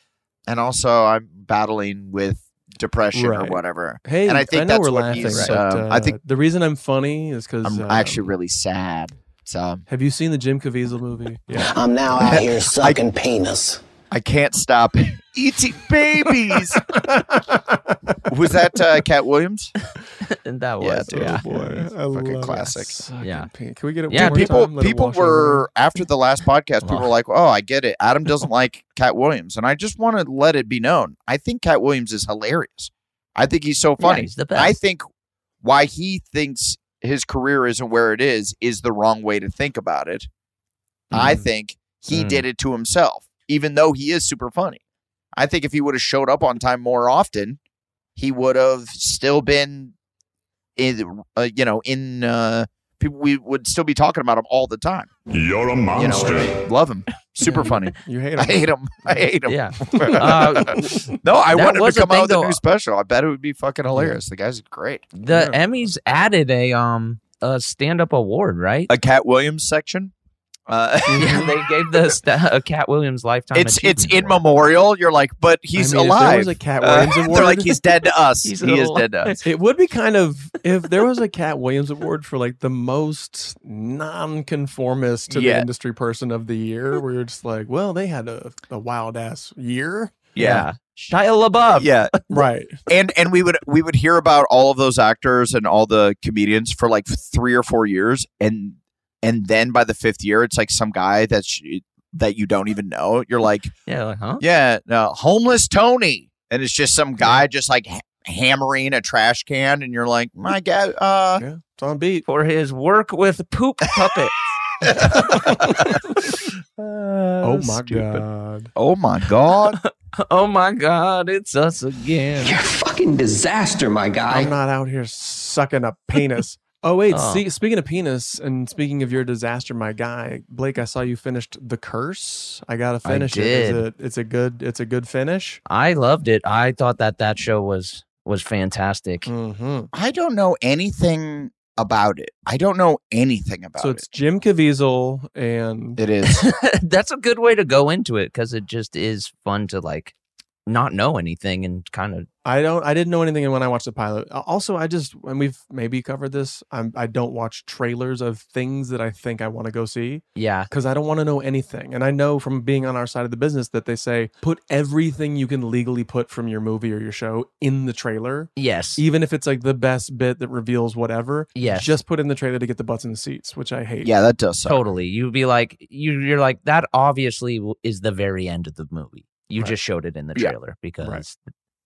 [SPEAKER 3] and also I'm battling with depression or
[SPEAKER 9] Right.
[SPEAKER 3] whatever.
[SPEAKER 9] Hey,
[SPEAKER 3] and I think
[SPEAKER 9] know
[SPEAKER 3] that's
[SPEAKER 9] we're
[SPEAKER 3] what
[SPEAKER 9] laughing.
[SPEAKER 3] he's.
[SPEAKER 9] but,
[SPEAKER 3] um, I
[SPEAKER 9] uh,
[SPEAKER 3] think
[SPEAKER 9] the reason I'm funny is um, because
[SPEAKER 3] I'm actually really sad. So
[SPEAKER 9] Have you seen the Jim Caviezel movie? Yeah.
[SPEAKER 18] I'm now out here sucking penis.
[SPEAKER 3] I can't stop eating babies. was that uh, Cat Williams?
[SPEAKER 6] and that
[SPEAKER 3] yeah,
[SPEAKER 6] was
[SPEAKER 3] dude.
[SPEAKER 6] yeah.
[SPEAKER 9] Oh, Boy, I
[SPEAKER 3] Fucking
[SPEAKER 9] love
[SPEAKER 3] classic.
[SPEAKER 6] Yeah.
[SPEAKER 9] Can we get it?
[SPEAKER 3] Yeah,
[SPEAKER 9] one more
[SPEAKER 3] people
[SPEAKER 9] time? Let it
[SPEAKER 3] people
[SPEAKER 9] wash over
[SPEAKER 3] were after the last podcast. People were like, "Oh, I get it. Adam doesn't like Cat Williams," and I just want to let it be known. I think Cat Williams is hilarious. I think he's so funny.
[SPEAKER 6] he's the
[SPEAKER 3] I
[SPEAKER 6] best.
[SPEAKER 3] think why he thinks his career isn't where it is is the wrong way to think about it. I think he
[SPEAKER 6] Mm.
[SPEAKER 3] did it to himself, even though he is super funny. I think if he would have showed up on time more often, he would have still been in, uh, you know, in uh, people we would still be talking about him all the time.
[SPEAKER 4] You're a
[SPEAKER 3] You know,
[SPEAKER 4] monster.
[SPEAKER 3] love him, super funny.
[SPEAKER 9] You hate him.
[SPEAKER 3] I hate him. I hate him.
[SPEAKER 6] Yeah. Uh,
[SPEAKER 3] no, I
[SPEAKER 6] that
[SPEAKER 3] want him to
[SPEAKER 6] was a
[SPEAKER 3] come out
[SPEAKER 6] thing,
[SPEAKER 3] with a
[SPEAKER 6] though.
[SPEAKER 3] new special. I bet it would be fucking hilarious. The guy's great.
[SPEAKER 6] The Emmys added a um a stand up award, right?
[SPEAKER 3] A Cat Williams section. Uh,
[SPEAKER 6] yeah, they gave the st- a Cat Williams lifetime.
[SPEAKER 3] it's it's
[SPEAKER 6] Achievement
[SPEAKER 3] in memorial. You're like, but he's
[SPEAKER 9] mean, if
[SPEAKER 3] alive. Uh,
[SPEAKER 9] there was a Cat Williams
[SPEAKER 3] They're
[SPEAKER 9] award-
[SPEAKER 3] like, he's dead to us. he
[SPEAKER 9] He's
[SPEAKER 3] is
[SPEAKER 9] alive.
[SPEAKER 3] dead to us.
[SPEAKER 9] It would be kind of if there was a Cat Williams award for like the most non-conformist to
[SPEAKER 3] Yeah.
[SPEAKER 9] the industry person of the year, where you're just like, well, they had a, a wild ass year.
[SPEAKER 3] Yeah.
[SPEAKER 6] Shia LaBeouf.
[SPEAKER 3] Yeah.
[SPEAKER 9] Right.
[SPEAKER 3] and and we would we would hear about all of those actors and all the comedians for like three or four years and and then by the fifth year it's like some guy that's that you don't even know you're like
[SPEAKER 6] Yeah, like, huh?
[SPEAKER 3] yeah no, homeless tony and it's just some guy just like ha- hammering a trash can and you're like my god uh
[SPEAKER 9] yeah, it's on beat
[SPEAKER 6] for his work with poop puppets.
[SPEAKER 9] oh my god.
[SPEAKER 3] oh my god
[SPEAKER 6] oh my god, it's us again. You're a
[SPEAKER 18] fucking disaster, my guy.
[SPEAKER 9] I'm not out here sucking a penis. Oh wait,
[SPEAKER 6] Oh.
[SPEAKER 9] See, speaking of penis and speaking of your disaster, my guy Blake, I saw you finished the curse. I gotta
[SPEAKER 6] I
[SPEAKER 9] finish it.
[SPEAKER 6] did.
[SPEAKER 9] It's a, it's a good, it's a good finish.
[SPEAKER 6] I loved it. I thought that that show was was fantastic.
[SPEAKER 9] Mm-hmm.
[SPEAKER 3] i don't know anything about it i don't know anything about
[SPEAKER 9] so
[SPEAKER 3] it
[SPEAKER 9] it's Jim Caviezel and
[SPEAKER 3] it is
[SPEAKER 6] That's a good way to go into it because it just is fun to like not know anything and kind of
[SPEAKER 9] I don't. I didn't know anything when I watched the pilot. Al- Also, I just and we've maybe covered this. I'm. I don't watch trailers of things that I think I want to go see
[SPEAKER 6] yeah.
[SPEAKER 9] because I don't want to know anything. And I know from being on our side of the business that they say put everything you can legally put from your movie or your show in the trailer.
[SPEAKER 6] Yes.
[SPEAKER 9] Even if it's like the best bit that reveals whatever.
[SPEAKER 6] Yes.
[SPEAKER 9] Just put in the trailer to get the butts in the seats, which I hate.
[SPEAKER 3] yeah that does suck.
[SPEAKER 6] Totally. You'd be like, you, you're like, that obviously w- is the very end of the movie. You
[SPEAKER 9] Right.
[SPEAKER 6] just showed it in the
[SPEAKER 9] Yeah.
[SPEAKER 6] trailer because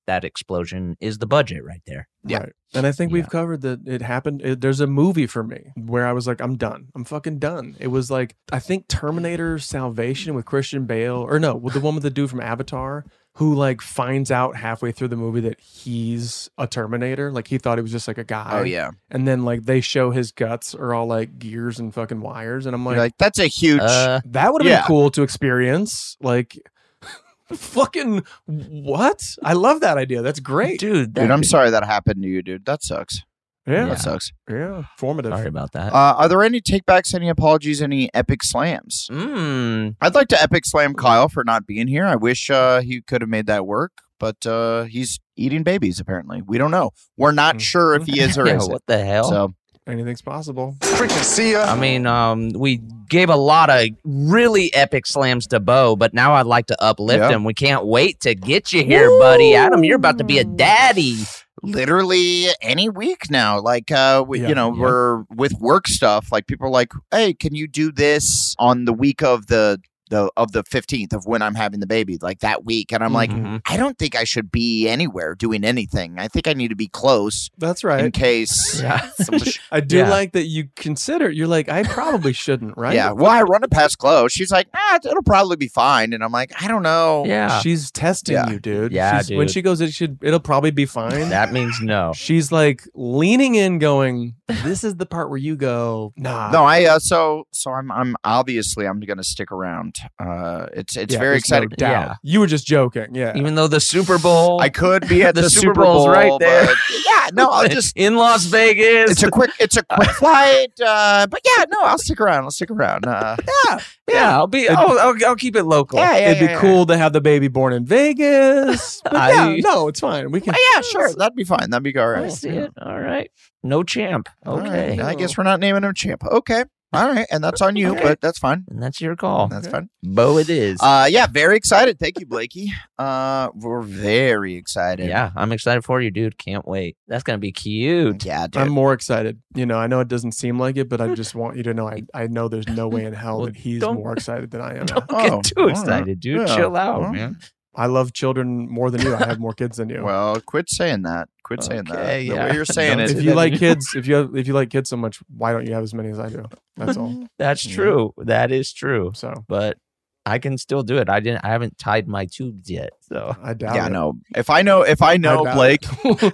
[SPEAKER 6] that explosion is the budget right there.
[SPEAKER 9] Right. And I think we've covered that it happened. It, there's a movie for me where I was like, I'm done. I'm fucking done. It was like, I think Terminator Salvation with Christian Bale, or no, with the one with the dude from Avatar who like finds out halfway through the movie that he's a Terminator. Like he thought he was just like a guy.
[SPEAKER 3] Oh, yeah.
[SPEAKER 9] And then like they show his guts are all like gears and fucking wires. And I'm
[SPEAKER 3] You're
[SPEAKER 9] like,
[SPEAKER 3] like, that's a huge- Uh,
[SPEAKER 9] that would have
[SPEAKER 3] yeah.
[SPEAKER 9] been cool to experience. Like, fucking what? I love that idea. That's great.
[SPEAKER 6] Dude,
[SPEAKER 3] dude i'm sorry that happened to you dude that sucks
[SPEAKER 9] Yeah.
[SPEAKER 3] that sucks
[SPEAKER 9] Yeah. Formative.
[SPEAKER 6] Sorry about that.
[SPEAKER 3] Uh, are there any takebacks, any apologies, any epic slams?
[SPEAKER 6] Mm.
[SPEAKER 14] Hmm.
[SPEAKER 3] I'd like to epic slam Kyle for not being here. I wish uh, he could have made that work, but uh, he's eating babies apparently. We don't know. We're not sure if he is or
[SPEAKER 14] Hmm. Yeah,
[SPEAKER 3] isn't.
[SPEAKER 14] what the hell?
[SPEAKER 3] So
[SPEAKER 9] Anything's possible.
[SPEAKER 3] freaking see ya.
[SPEAKER 14] I mean, um, we gave a lot of really epic slams to Bo, but now I'd like to uplift
[SPEAKER 3] Yeah.
[SPEAKER 14] him. We can't wait to get you here, buddy. Adam, you're about to be a daddy.
[SPEAKER 3] literally any week now. Like, uh, we,
[SPEAKER 14] Yeah,
[SPEAKER 3] you know,
[SPEAKER 14] yeah.
[SPEAKER 3] we're with work stuff. Like, people are like, "Hey, can you do this on the week of the the of the fifteenth of when I'm having the baby?" Like that week, and I'm
[SPEAKER 9] Mhm.
[SPEAKER 14] Mm-hmm.
[SPEAKER 3] like, I don't think I should be anywhere doing anything. I think I need to be close.
[SPEAKER 9] That's right.
[SPEAKER 3] In case,
[SPEAKER 9] Yeah.
[SPEAKER 3] some sh-
[SPEAKER 9] I do
[SPEAKER 3] Yeah.
[SPEAKER 9] like that you consider. You're like, I probably shouldn't, right?
[SPEAKER 3] Yeah. Well, I run it past Chloe. She's like, ah, it'll probably be fine. And I'm like, I don't know.
[SPEAKER 9] She's testing
[SPEAKER 3] Yeah.
[SPEAKER 9] you, dude.
[SPEAKER 14] Yeah,
[SPEAKER 9] She's- When
[SPEAKER 14] dude.
[SPEAKER 9] she goes, it should. It'll probably be fine.
[SPEAKER 14] That means no.
[SPEAKER 9] She's like leaning in, going, "This is the part where you go, nah."
[SPEAKER 3] No, I uh, so so I'm I'm obviously I'm gonna stick around. Uh, it's it's
[SPEAKER 9] Yeah,
[SPEAKER 3] very
[SPEAKER 9] there's no
[SPEAKER 3] exciting.
[SPEAKER 9] doubt. You were just joking. Yeah.
[SPEAKER 14] Even though the Super Bowl,
[SPEAKER 3] I could be at
[SPEAKER 14] the,
[SPEAKER 3] the,
[SPEAKER 14] Super Bowl's right
[SPEAKER 3] Bowl,
[SPEAKER 14] there.
[SPEAKER 3] but- yeah, no, I'll just
[SPEAKER 14] in Las Vegas.
[SPEAKER 3] it's a quick it's a quick flight. Uh, but yeah, no, I'll stick around. I'll stick around. Uh, yeah,
[SPEAKER 14] yeah, I'll be. I'll, I'll, I'll keep it local.
[SPEAKER 3] Yeah, yeah,
[SPEAKER 9] It'd be
[SPEAKER 3] yeah, yeah.
[SPEAKER 9] cool to have the baby born in Vegas. But yeah,
[SPEAKER 14] I-
[SPEAKER 9] no, it's fine. We can.
[SPEAKER 3] Oh, yeah, sure, that'd be fine. That'd be all right.
[SPEAKER 14] I see it. All right. No champ.
[SPEAKER 3] All right,
[SPEAKER 14] Okay.
[SPEAKER 3] I guess we're not naming him champ. Okay. All right, and that's on you,
[SPEAKER 14] Okay.
[SPEAKER 3] but that's fine.
[SPEAKER 14] And that's your call.
[SPEAKER 3] That's fine.
[SPEAKER 14] Bo, it is.
[SPEAKER 3] Uh, yeah, very excited. Thank you, Blakey. Uh, we're very excited.
[SPEAKER 14] yeah, I'm excited for you, dude. Can't wait. That's gonna be cute.
[SPEAKER 3] yeah, dude.
[SPEAKER 9] I'm more excited. You know, I know it doesn't seem like it, but I just want you to know I, I know there's no way in hell that he's
[SPEAKER 14] don't-
[SPEAKER 9] more excited than I am.
[SPEAKER 14] Don't
[SPEAKER 3] Oh,
[SPEAKER 14] get too
[SPEAKER 3] all right.
[SPEAKER 14] excited, dude.
[SPEAKER 3] Yeah.
[SPEAKER 14] Chill
[SPEAKER 4] Oh,
[SPEAKER 14] out,
[SPEAKER 3] Well,
[SPEAKER 14] man.
[SPEAKER 9] I love children more than you. I have more kids than you.
[SPEAKER 3] Well, quit saying that. Quit saying
[SPEAKER 14] Okay,
[SPEAKER 3] that. The
[SPEAKER 14] yeah.
[SPEAKER 3] way you're saying
[SPEAKER 14] Don't
[SPEAKER 3] it.
[SPEAKER 14] do
[SPEAKER 9] if you like kids, if you have, if you like kids so much, why don't you have as many as I do? That's all.
[SPEAKER 14] That's true. That is true.
[SPEAKER 9] So
[SPEAKER 14] But I can still do it. I didn't. I haven't tied my tubes yet. So
[SPEAKER 9] I doubt
[SPEAKER 3] yeah,
[SPEAKER 9] it.
[SPEAKER 3] no. If I know, if I know
[SPEAKER 9] doubt
[SPEAKER 3] Blake,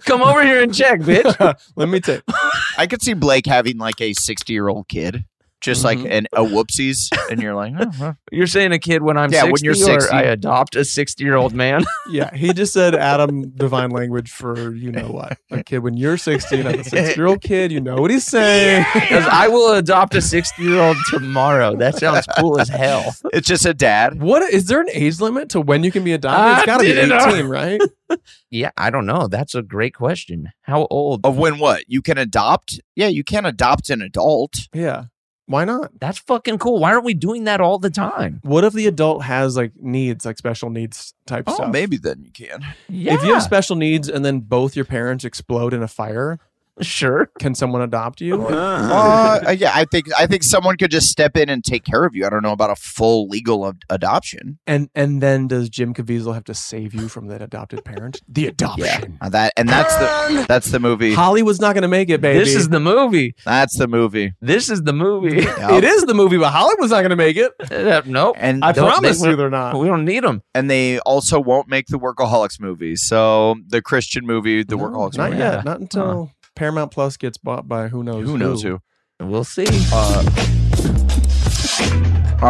[SPEAKER 14] come over here and check, bitch.
[SPEAKER 9] Let me take.
[SPEAKER 3] I could see Blake having like a 60 year old kid, just like an, a whoopsies, and you're like, oh,
[SPEAKER 9] Uh-huh.
[SPEAKER 3] huh.
[SPEAKER 14] You're saying a kid when I'm
[SPEAKER 3] Yeah,
[SPEAKER 14] 60,
[SPEAKER 3] when you're
[SPEAKER 14] or
[SPEAKER 3] 60.
[SPEAKER 14] I adopt a 60 year old man.
[SPEAKER 9] Yeah, he just said Adam divine language for you know what. A kid when you're 16, I'm a six year old kid. You know what he's saying.
[SPEAKER 14] Because I will adopt a 60 year old tomorrow. That sounds cool as hell.
[SPEAKER 3] it's just a dad.
[SPEAKER 9] What is there an age limit to when you can be
[SPEAKER 14] I
[SPEAKER 9] adopted? It's got to be
[SPEAKER 14] didn't know.
[SPEAKER 9] 18, right?
[SPEAKER 14] Yeah, I don't know. That's a great question. How old?
[SPEAKER 3] Of when what? You can adopt? Yeah, you can adopt an adult.
[SPEAKER 9] Yeah. Why not?
[SPEAKER 14] That's fucking cool. Why aren't we doing that all the time?
[SPEAKER 9] What if the adult has like needs, like special needs type
[SPEAKER 3] Oh,
[SPEAKER 9] stuff?
[SPEAKER 3] maybe then you can.
[SPEAKER 14] Yeah.
[SPEAKER 9] If you have special needs and then both your parents explode in a fire,
[SPEAKER 14] sure.
[SPEAKER 9] can someone adopt you?
[SPEAKER 3] Uh, yeah, I think I think someone could just step in and take care of you. I don't know about a full legal ad- adoption.
[SPEAKER 9] and and then does Jim Caviezel have to save you from that adopted parent? The adoption.
[SPEAKER 3] Uh, That and that's the that's the movie.
[SPEAKER 9] Holly was not going to make it, baby.
[SPEAKER 14] This is the movie.
[SPEAKER 3] That's the movie.
[SPEAKER 14] This is the movie.
[SPEAKER 3] Yeah.
[SPEAKER 9] it is the movie, but Holly was not going to make it.
[SPEAKER 14] Uh, nope.
[SPEAKER 3] And
[SPEAKER 9] I
[SPEAKER 14] Don't- they-
[SPEAKER 9] promise
[SPEAKER 14] we-
[SPEAKER 9] you, they're not.
[SPEAKER 14] We don't need them.
[SPEAKER 3] and they also won't make the workaholics movie. So the Christian movie, the workaholics
[SPEAKER 9] Not
[SPEAKER 3] movie.
[SPEAKER 14] Yeah.
[SPEAKER 9] yet. Not until Paramount Plus gets bought by who knows
[SPEAKER 3] Who knows who?
[SPEAKER 14] We'll see.
[SPEAKER 3] All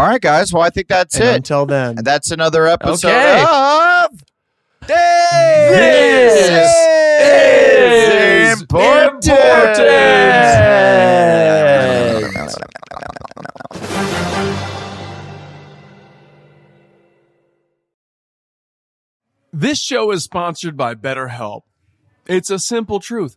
[SPEAKER 3] right, guys. Well, I think that's
[SPEAKER 9] And
[SPEAKER 3] it.
[SPEAKER 9] until then,
[SPEAKER 3] And that's another episode
[SPEAKER 14] Okay.
[SPEAKER 3] of
[SPEAKER 14] This
[SPEAKER 3] This
[SPEAKER 14] is Important.
[SPEAKER 2] This show is sponsored by BetterHelp. It's a simple truth.